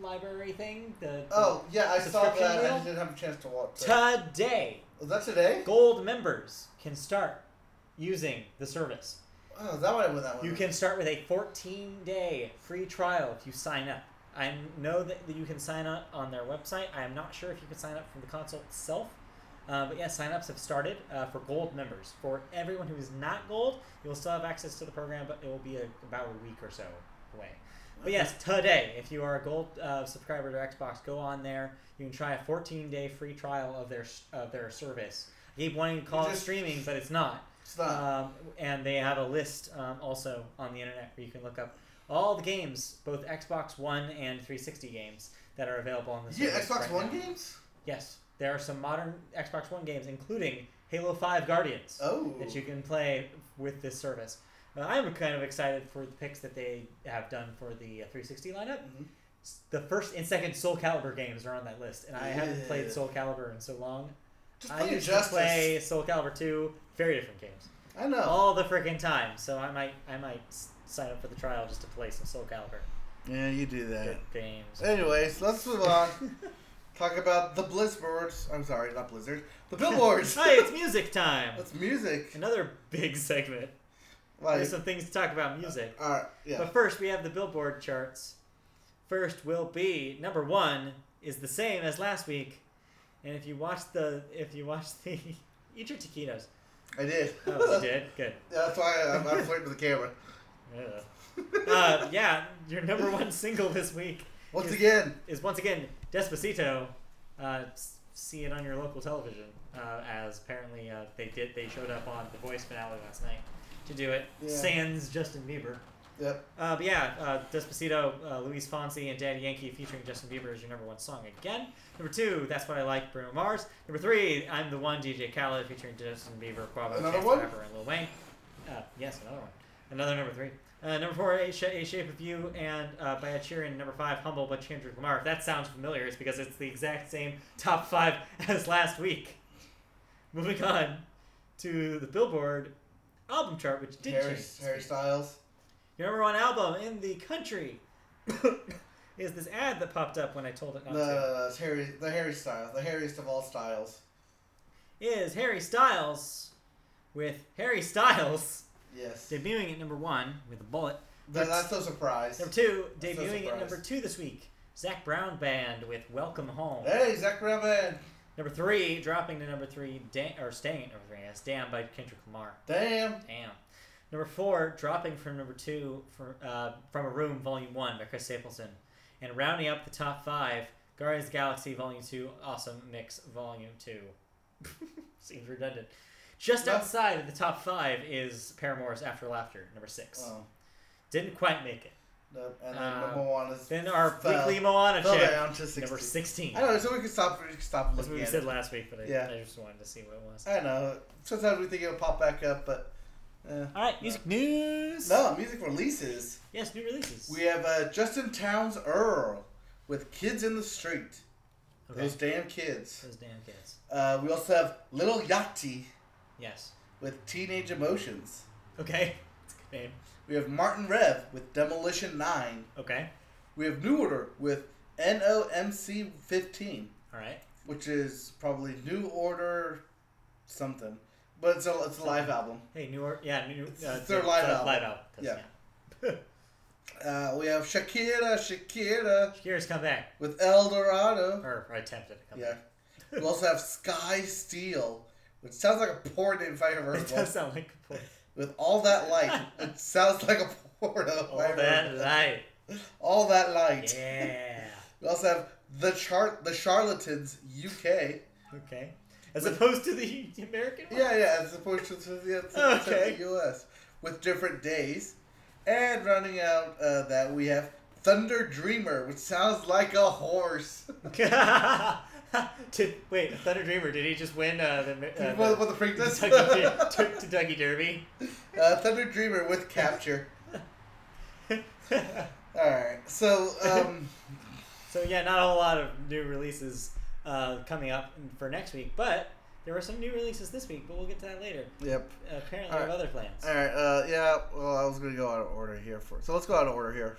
A: library thing. The, the-
B: Oh yeah, I saw
A: Subscription
B: that. I
A: deal?
B: just didn't have a chance to watch. it.
A: today,
B: Was that today?
A: gold members can start using the service.
B: Oh, is that why I went that one?
A: You can start with a 14 day free trial if you sign up. I know that that you can sign up on their website. I am not sure if you can sign up from the console itself, Uh, but yeah, signups have started uh, for gold members. For everyone who is not gold, you'll still have access to the program, but it will be a, about a week or so away. But yes, today, if you are a gold uh, subscriber to Xbox, go on there. You can try a 14-day free trial of their s- of their service. I keep wanting to call it
B: just-
A: streaming, but it's not.
B: It's not.
A: Um, and they have a list um, also on the internet where you can look up all the games, both Xbox One and 360 games that are available on the
B: yeah,
A: service
B: Xbox
A: right
B: One
A: now.
B: games.
A: Yes, there are some modern Xbox One games, including Halo 5 Guardians,
B: Oh,
A: that you can play with this service. Uh, I'm kind of excited for the picks that they have done for the uh, 360 lineup.
B: Mhm.
A: S- The first and second Soul Calibur games are on that list, and I haven't
B: Yeah.
A: played Soul Calibur in so long.
B: just
A: I
B: play
A: used
B: Injustice.
A: to play Soul Calibur 2, very different games
B: I know.
A: all the freaking time. So I might I might s- sign up for the trial just to play some Soul Calibur.
B: yeah, you do that.
A: Good games.
B: Anyways, let's move
A: [LAUGHS]
B: on. Talk about the Blizzards. I'm sorry, not Blizzards. The
A: [LAUGHS]
B: Billboards.
A: Hi, it's music time.
B: [LAUGHS] That's music.
A: Another big segment.
B: Like,
A: There's some things to talk about music.
B: all right, Uh, yeah.
A: But first, we have the Billboard charts. First will be number one is the same as last week, and if you watch the if you watch the [LAUGHS] eat your taquitos.
B: I did.
A: [LAUGHS] Oh, you did good.
B: [LAUGHS] Yeah, that's why I'm, I'm flirting with the camera.
A: Ugh. [LAUGHS] Uh, yeah, your number one single this week
B: [LAUGHS] Once
A: is-
B: again,
A: is once again Despacito. Uh, s- see it on your local television, uh, as apparently uh, they did. They showed up on The Voice finale last night to do it.
B: Yeah.
A: Sans Justin Bieber.
B: yep.
A: Uh, but yeah, uh, Despacito, uh, Luis Fonsi, and Daddy Yankee featuring Justin Bieber is your number one song again. Number two, That's What I Like, Bruno Mars. Number three, I'm the One, DJ Khaled featuring Justin Bieber, Quavo,
B: Another
A: Chance the
B: one?
A: Rapper, and Lil Wayne. Uh, yes, another one. Another number three. Uh, number four, a, Sh- a Shape of You, and uh, by a cheer. And number five, Humble by Kendrick Lamar. If that sounds familiar, it's because it's the exact same top five [LAUGHS] as last week. Moving on to the Billboard album chart, which did
B: Harry,
A: change. this
B: Harry
A: week.
B: Styles.
A: Your number one album in the country [COUGHS] is this ad that popped up when I told it not to.
B: The it's Harry, the Harry Styles, the hairiest of all styles.
A: Is Harry Styles with Harry Styles
B: Yes.
A: debuting at number one with a bullet.
B: That- that's no surprise.
A: Number two,
B: That's no
A: debuting at
B: surprise.
A: number two this week. Zach Brown Band with Welcome Home.
B: Hey, Zach Raman.
A: Number three, dropping to number three, da- or staying at number three, yes, Damn by Kendrick Lamar.
B: Damn.
A: Damn. Number four, dropping from number two from uh, from a room, volume one by Chris Stapleton, and rounding up the top five, Guardians of the Galaxy Volume Two, Awesome Mix Volume Two. [LAUGHS] Seems redundant. Just
B: Well-
A: outside of the top five is Paramore's After Laughter, number six.
B: Oh,
A: Didn't quite make it.
B: no. And then
A: Uh,
B: number one is
A: Then our
B: fell,
A: weekly Moana
B: fell
A: check,
B: down to 16.
A: number sixteen.
B: I know, so we can stop. We can stop
A: That's
B: looking
A: what we
B: at
A: said
B: it.
A: last week, but I,
B: Yeah.
A: I just wanted to see what it was.
B: I know. Sometimes we think it'll pop back up, but eh.
A: All right, music news.
B: no. Music releases.
A: Yes, new releases.
B: We have uh, Justin Towns Earl with "Kids in the Street."
A: okay.
B: Those damn kids.
A: Those damn kids.
B: Uh, we also have Little Yachty
A: Yes.
B: with "Teenage Emotions."
A: Okay. It's a good name.
B: We have Martin Rev with "Demolition 9.
A: Okay.
B: We have New Order with "NOMC 15."
A: All right.
B: which is probably New Order something. But it's a, it's a live album.
A: Hey, New York. Yeah, New.
B: It's
A: Uh,
B: their live
A: uh,
B: album.
A: Live album. 'cause,
B: Yeah.
A: yeah.
B: Uh, we have Shakira, Shakira
A: Shakira's come back,
B: with El Dorado.
A: or, or attempted to come
B: Yeah.
A: back.
B: We also have Sky Steel, which sounds like a porn name if I ever
A: [LAUGHS]
B: heard
A: It
B: one.
A: does sound like
B: [LAUGHS]
A: a point.
B: With all that light,
A: [LAUGHS]
B: it sounds like a porno. if
A: All
B: I ever
A: that
B: heard one.
A: light.
B: All that light.
A: Yeah.
B: We also have the chart, the Charlatans UK.
A: Okay. As opposed to the [LAUGHS] American one.
B: Yeah, yeah, as opposed to the, to the,
A: Okay.
B: to the US with different days. And rounding out uh, that, we have Thunder Dreamer, which sounds like a horse.
A: [LAUGHS] did, wait, Thunder Dreamer, did he just win uh, the,
B: [LAUGHS]
A: uh,
B: what,
A: the,
B: what the freak
A: the [LAUGHS]
B: does? [LAUGHS]
A: Kentucky, Tur- Kentucky Derby?
B: uh, Thunder Dreamer with Capture.
A: [LAUGHS] so,
B: Alright, so, um,
A: yeah, not a whole lot of new releases uh, coming up for next week, but there were some new releases this week, but we'll get to that later.
B: yep.
A: apparently
B: All
A: have
B: right.
A: other plans.
B: Alright, uh, yeah, well, I was going to go out of order here for So let's go out of order here.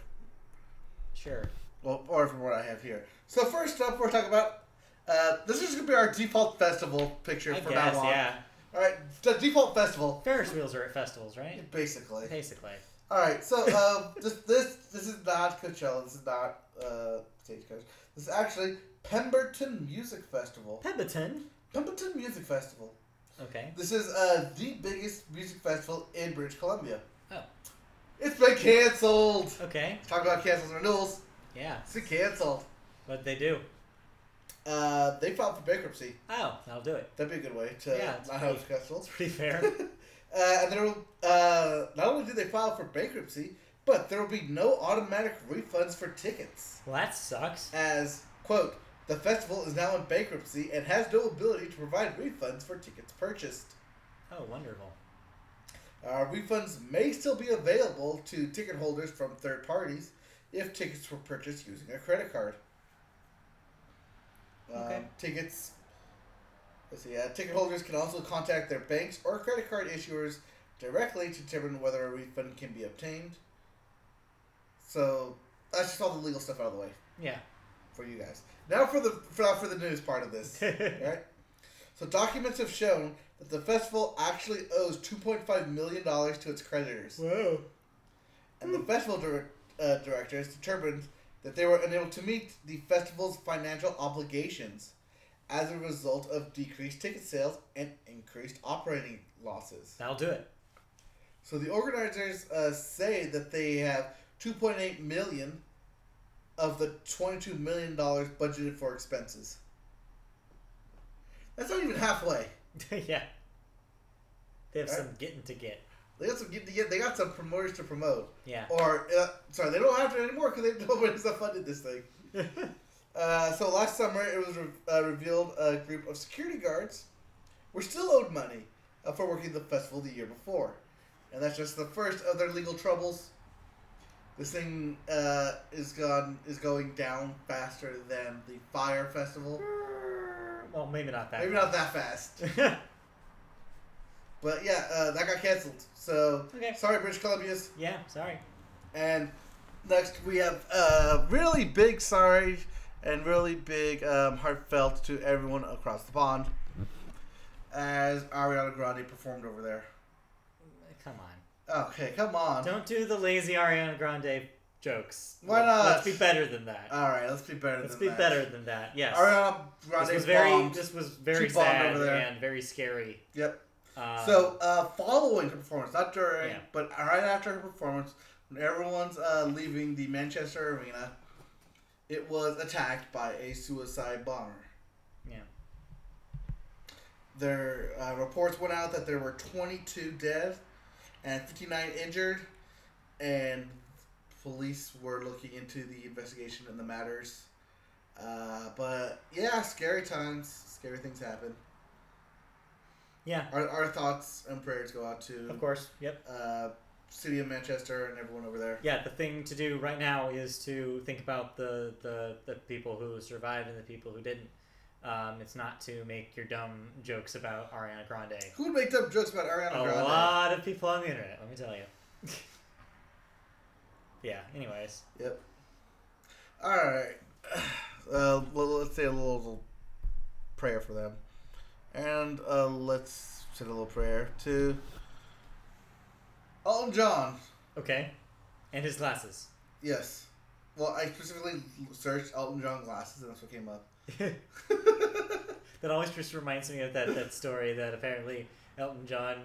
A: Sure.
B: Well, or from what I have here. So, first up, we're talking about. Uh, this is going to be our default festival picture
A: I
B: for
A: guess,
B: now on.
A: yeah.
B: Alright, the default festival,
A: Ferris wheels are at festivals, right?
B: basically.
A: Basically.
B: All right, so um,
A: [LAUGHS]
B: this this this is not Coachella. This is not uh, Stagecoach. This is actually Pemberton Music Festival.
A: Pemberton?
B: Pimpleton Music Festival.
A: Okay.
B: This is uh, the biggest music festival in British Columbia.
A: Oh.
B: It's been canceled.
A: Okay.
B: Talk about cancels and renewals.
A: Yeah.
B: It's been canceled.
A: What they do?
B: Uh, they filed for bankruptcy.
A: Oh, that'll do it. [LAUGHS]
B: That'd be a good way to
A: Yeah, it's
B: not have a
A: That's
B: festival.
A: pretty fair.
B: [LAUGHS] uh, and there will, uh, not only did they file for bankruptcy, but there will be no automatic refunds for tickets.
A: well, that sucks.
B: As, quote, the festival is now in bankruptcy and has no ability to provide refunds for tickets purchased.
A: Oh, wonderful.
B: Uh, refunds may still be available to ticket holders from third parties if tickets were purchased using a credit card. Um,
A: Okay.
B: Tickets. Let's see. Uh, ticket holders can also contact their banks or credit card issuers directly to determine whether a refund can be obtained. So that's just all the legal stuff out of the way
A: Yeah. [LAUGHS]
B: for you guys. Now for the for, now for the news part of this. All right. So documents have shown that the festival actually owes 2.5 million dollars to its creditors,
A: Whoa.
B: and the festival dir- uh, directors determined that they were unable to meet the festival's financial obligations as a result of decreased ticket sales and increased operating losses.
A: That'll do it. [LAUGHS]
B: So the organizers uh, say that they have 2.8 million of the 22 million dollars budgeted for expenses. That's not even halfway.
A: yeah. They have
B: All
A: some getting to get.
B: They got some get to get. They got some promoters to promote.
A: Yeah. [LAUGHS]
B: Or uh, sorry, they don't have to anymore because they [LAUGHS] nobody's funded this thing. Uh, so last summer, it was re- uh, revealed a group of security guards were still owed money uh, for working the festival the year before, and that's just the first of their legal troubles. This thing uh, is gone is going down faster than the fire festival.
A: well, maybe not that.
B: Maybe not that fast,
A: that.
B: but yeah, uh, that got canceled. So
A: Okay.
B: sorry, British Columbia's.
A: [LAUGHS] yeah. Sorry.
B: And next we have uh, really big sorry and really big um, heartfelt to everyone across the pond as Ariana Grande performed over there.
A: Come on.
B: Okay, come on.
A: Don't do the lazy Ariana Grande jokes.
B: Why
A: Let-
B: not?
A: Let's be better than that.
B: All right, let's be better
A: let's
B: than
A: be
B: that.
A: better than that. Yes.
B: Ariana Grande
A: this was very.
B: bombed.
A: This was very
B: She bombed
A: sad
B: over there.
A: and very scary.
B: Yep.
A: Um,
B: so uh, following her performance, not during,
A: Yeah.
B: but right after her performance, when everyone's uh, leaving the Manchester arena, it was attacked by a suicide bomber.
A: Yeah.
B: Their uh, reports went out that there were 22 dead and 59 injured, and police were looking into the investigation and the matters. Uh, but yeah, scary times, scary things happen.
A: Yeah.
B: Our, our thoughts and prayers go out
A: Of
B: to
A: course. Yep.
B: uh, City of Manchester and everyone over there.
A: Yeah, the thing to do right now is to think about the, the, the people who survived and the people who didn't. Um, it's not to make your dumb jokes about Ariana Grande.
B: Who would make dumb jokes about Ariana
A: A
B: Grande?
A: lot of people on the internet, let me tell you. [LAUGHS] yeah, anyways.
B: Yep. All right. [SIGHS] Uh, well, let's say a little, little prayer for them, and uh, let's say a little prayer to Elton John.
A: Okay. And his glasses. [LAUGHS]
B: Yes. Well, I specifically searched Elton John glasses, and that's what came up. [LAUGHS]
A: that always just reminds me of that, that story that apparently Elton John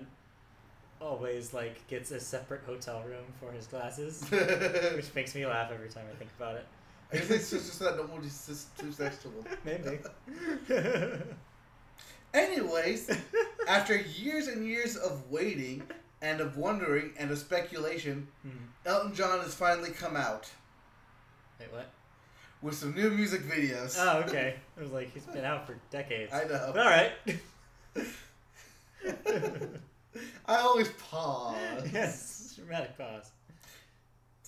A: always like gets a separate hotel room for his glasses. Which makes me laugh every time I think about it.
B: I guess it's just that nobody's just too next to him.
A: Maybe.
B: Anyways, after years and years of waiting and of wondering and of speculation,
A: [LAUGHS] Hmm.
B: Elton John has finally come out.
A: Wait, what?
B: with some new music videos.
A: Oh, okay. I was like, he's been out for decades.
B: I
A: But [LAUGHS]
B: know.
A: all right.
B: I always [LAUGHS] pause.
A: yes. Dramatic pause.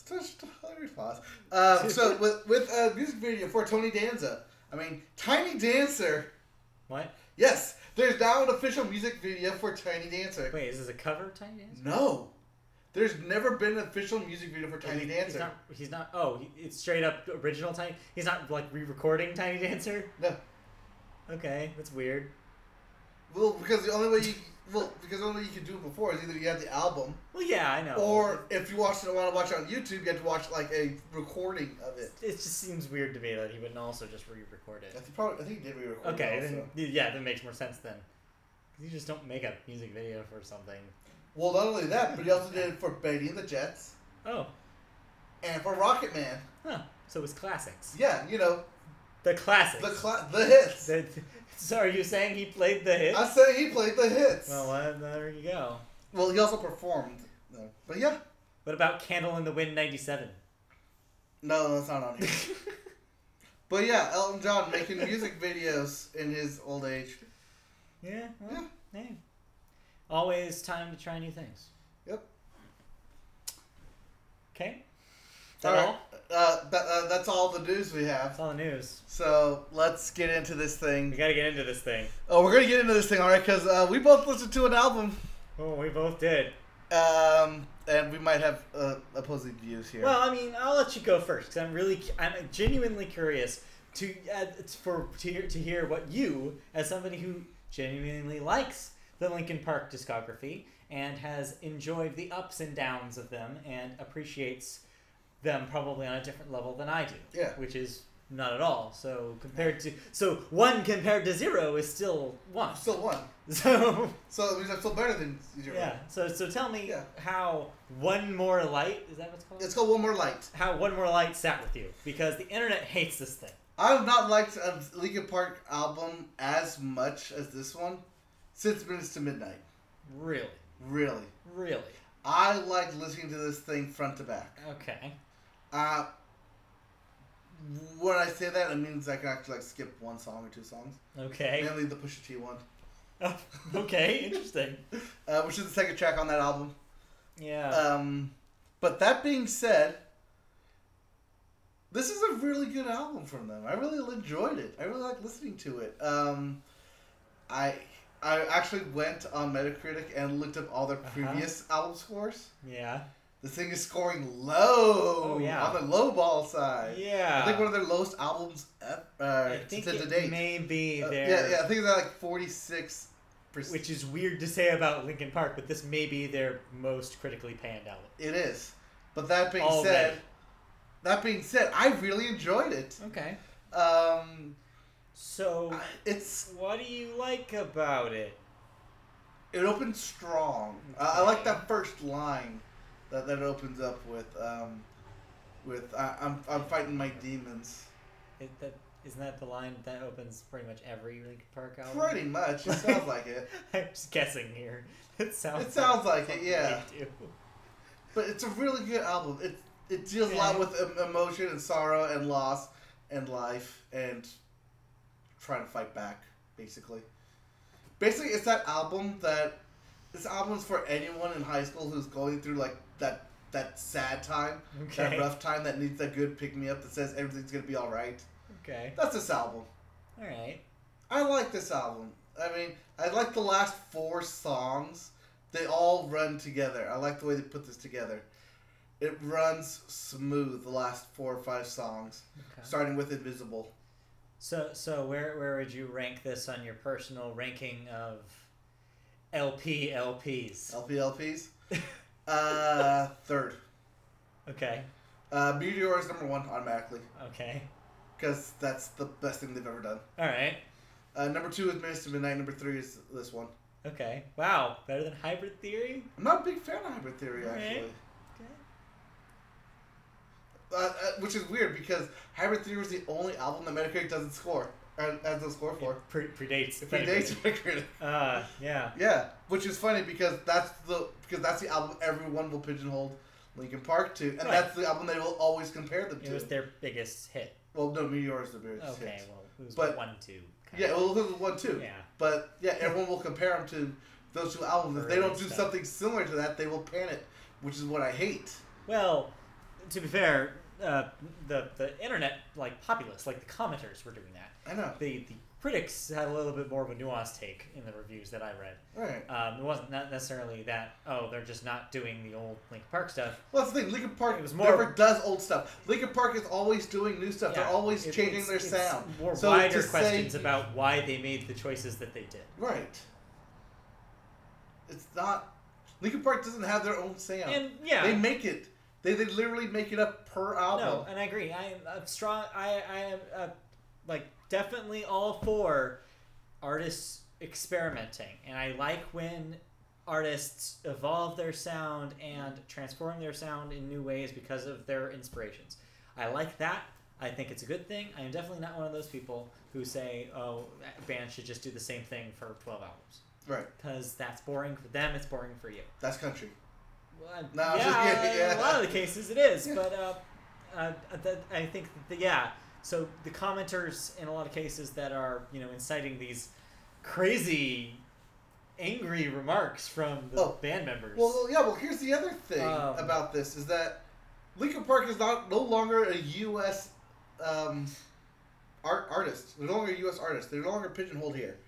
B: Just always pause. Uh, so with with a music video for Tony Danza. I mean, Tiny Dancer.
A: What?
B: Yes, there's now an official music video for Tiny Dancer.
A: Wait, is this a cover of Tiny Dancer?
B: No, there's never been an official music video for Tiny
A: He- He's
B: Dancer.
A: not, he's not. Oh, he- it's straight up original Tiny. He's not like re-recording Tiny Dancer.
B: No,
A: Okay, that's weird.
B: Well, because the only way you well because the only way you could do it before is either you had the album
A: Well, yeah, I know.
B: or if you watched it want to watch it on YouTube, you had to watch like a recording of it.
A: it just seems weird to me that he wouldn't also just re-record
B: I
A: it.
B: think probably I think he did re-record.
A: Okay,
B: It
A: then,
B: also.
A: yeah, that makes more sense then. 'Cause You just don't make a music video for something.
B: Well, not only that, but he also did it for Betty and the Jets
A: Oh,
B: and for Rocket Man.
A: huh. So it's classics.
B: Yeah, you know
A: The classics.
B: the cla- the hits.
A: The- [LAUGHS] so are you saying he played the hits?
B: I say he played the hits.
A: Well, well, there you go.
B: Well, he also performed. though. But yeah,
A: What about Candle in the Wind
B: [LAUGHS]
A: 97?
B: no, that's not on
A: [LAUGHS]
B: here. but yeah, Elton John making music videos in his old age.
A: yeah, well, hey. Always time to try new things.
B: Yep.
A: Okay. Is that
B: All right,
A: all?
B: uh, that, uh, that's all the news we have.
A: That's all the news.
B: So let's get into this
A: We
B: thing.
A: gotta get into this thing.
B: Oh, we're gonna get into this thing, all right? Because uh, we both listened to an album,
A: Oh, we both did.
B: um, and we might have uh, opposing views here.
A: Well, I mean, I'll let you go first because I'm really, cu- I'm genuinely curious to uh, it's for to hear, to hear what you, as somebody who genuinely likes the Linkin Park discography and has enjoyed the ups and downs of them and appreciates them probably on a different level than I do.
B: Yeah.
A: which is not at all. So compared to so one compared to zero is still one. [LAUGHS]
B: still one.
A: So
B: So it means I'm still better than zero.
A: yeah. So so tell me
B: Yeah.
A: how one more light is that what it's called?
B: It's called One More Light.
A: how One More Light sat with you because the internet hates this thing.
B: I have not liked a Linkin Park album as much as this one since Minutes to Midnight.
A: Really,
B: Really.
A: really.
B: I like listening to this thing front to back.
A: Okay.
B: Uh, when I say that, it means I can actually like skip one song or two songs.
A: Okay.
B: Mainly the Pusha T one,
A: [LAUGHS] Oh, okay. Interesting.
B: uh, which is the second track on that album.
A: Yeah.
B: Um, but that being said, this is a really good album from them. I really enjoyed it. I really like listening to it. Um, I I actually went on Metacritic and looked up all their
A: Uh-huh.
B: previous album scores.
A: yeah.
B: This thing is scoring low
A: Oh, yeah.
B: on the low ball side.
A: Yeah.
B: I think one of their lowest albums ever, uh,
A: I think
B: to, to
A: it
B: date.
A: may be
B: Uh,
A: there.
B: yeah, yeah, I think they're like forty six percent.
A: Which is weird to say about Linkin Park, but this may be their most critically panned album.
B: It is. But that being
A: Already.
B: said, that being said, I really enjoyed it.
A: Okay.
B: Um,
A: So,
B: I- it's
A: what do you like about it?
B: it opens strong. I I like that first line that, that it opens up with. Um, with I, I'm I'm fighting my demons.
A: It, that isn't that the line that opens pretty much every Linkin Park album.
B: Pretty much, it sounds like it.
A: [LAUGHS] I'm just guessing here. [LAUGHS] It sounds.
B: It sounds like it,
A: something
B: yeah.
A: they do.
B: But it's a really good album. It it deals a lot
A: Okay.
B: with em- emotion and sorrow and loss and life and trying to fight back. Basically, basically, it's that album that this album's for anyone in high school who's going through like that that sad time,
A: [LAUGHS] Okay.
B: that rough time that needs that good pick me up that says everything's gonna be all right.
A: Okay.
B: That's this album.
A: All right.
B: I like this album. I mean, I like the last four songs. They all run together. I like the way they put this together. It runs smooth the last four or five songs,
A: Okay.
B: starting with Invisible.
A: So so where where would you rank this on your personal ranking of LP LPs?
B: LP LPs. Uh, third.
A: [LAUGHS] Okay.
B: Uh, Meteor is number one automatically
A: Okay.
B: because that's the best thing they've ever done.
A: All right.
B: Uh, number two is Minutes to Midnight. Number three is this one.
A: Okay. Wow. Better than Hybrid Theory.
B: I'm not a big fan of Hybrid Theory
A: Alright.
B: actually.
A: Okay.
B: uh, uh, which is weird because Hybrid Theory was the only album that Metacritic doesn't score uh, as a score for.
A: It pre- predates.
B: It predates [LAUGHS] Metacritic.
A: Uh yeah.
B: Yeah, which is funny because that's the because that's the album everyone will pigeonhole Linkin Park to, and
A: Right.
B: that's the album they will always compare them
A: It
B: to.
A: was their biggest hit.
B: well, no, Meteor is the biggest
A: Okay.
B: hit.
A: Well, it was
B: But-
A: one two. kind
B: Yeah,
A: of.
B: well, it was one too.
A: Yeah.
B: But yeah, everyone will compare them to those two albums. If they
A: Early
B: don't do
A: stuff.
B: something similar to that, they will pan it, which is what I hate.
A: Well, to be fair, uh, the the internet like populace, like the commenters, were doing that.
B: I know.
A: The the critics had a little bit more of a nuanced take in the reviews that I read.
B: Right.
A: Um, it wasn't not necessarily that oh they're just not doing the old Link Park stuff.
B: Well, that's the thing. Linkin Park
A: It was more-
B: never does old stuff. Linkin Park is always doing new stuff.
A: Yeah,
B: They're always
A: it-
B: changing
A: it's-
B: their
A: it's
B: sound.
A: More
B: So
A: wider
B: to say-
A: questions about why they made the choices that they did.
B: Right. It's not. Linkin Park doesn't have their own sound.
A: And yeah,
B: They make it. They, they literally make it up per album.
A: no, and I agree. I am I'm strong. I I am uh, like definitely all for artists experimenting, and I like when artists evolve their sound and transform their sound in new ways because of their inspirations. I like that. I think it's a good thing. I am definitely not one of those people who say, "Oh, that band should just do the same thing for twelve albums,"
B: Right.
A: because that's boring for them. It's boring for you.
B: That's country.
A: Well,
B: No, I'm
A: yeah,
B: just kidding,
A: in
B: yeah.
A: a lot of the cases it
B: [LAUGHS]
A: is, but uh, uh, that, I think that, yeah. So the commenters in a lot of cases that are you know inciting these crazy, angry remarks from the
B: Oh.
A: band members.
B: Well, yeah. Well, here's the other thing
A: Um,
B: about this is that Linkin Park is not no longer a U.S. Um, art artist. They're no longer a U.S. artist. They're no longer pigeonholed here.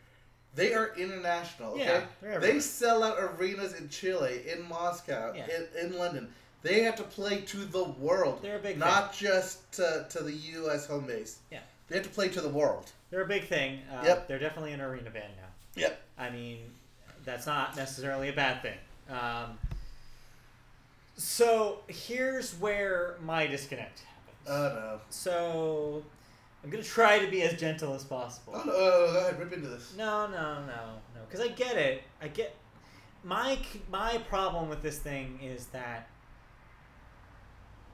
B: They are international. Okay?
A: Yeah, they're
B: they
A: everywhere.
B: sell out arenas in Chile, in Moscow,
A: Yeah.
B: in, in London. They have to play to the world,
A: they're a big thing.
B: not just to, to the U.S. home base.
A: Yeah.
B: they have to play to the world.
A: They're a big thing. Uh,
B: Yep.
A: They're definitely an arena band now.
B: Yep.
A: I mean, that's not necessarily a bad thing. Um, so here's where my disconnect happens.
B: Oh
A: So I'm gonna try to be as gentle as possible.
B: no! Oh no! Oh, go ahead. Rip into this.
A: No, no, no, no. Because I get it. I get my c- my problem with this thing is that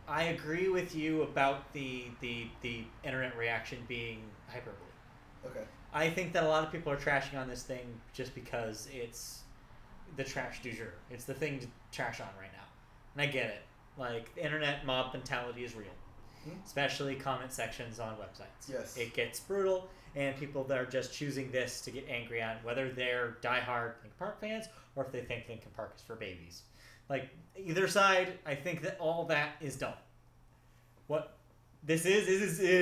A: I agree with you about the the the internet reaction being hyperbole.
B: Okay.
A: I think that a lot of people are trashing on this thing just because it's the trash du jour. It's the thing to trash on right now, and I get it. Like the internet mob mentality is real,
B: Hmm.
A: especially comment sections on websites
B: Yes.
A: it gets brutal and people that are just choosing this to get angry at whether they're diehard Linkin Park fans or if they think Linkin Park is for babies. Like either side, I think that all that is dumb. What this is is, is it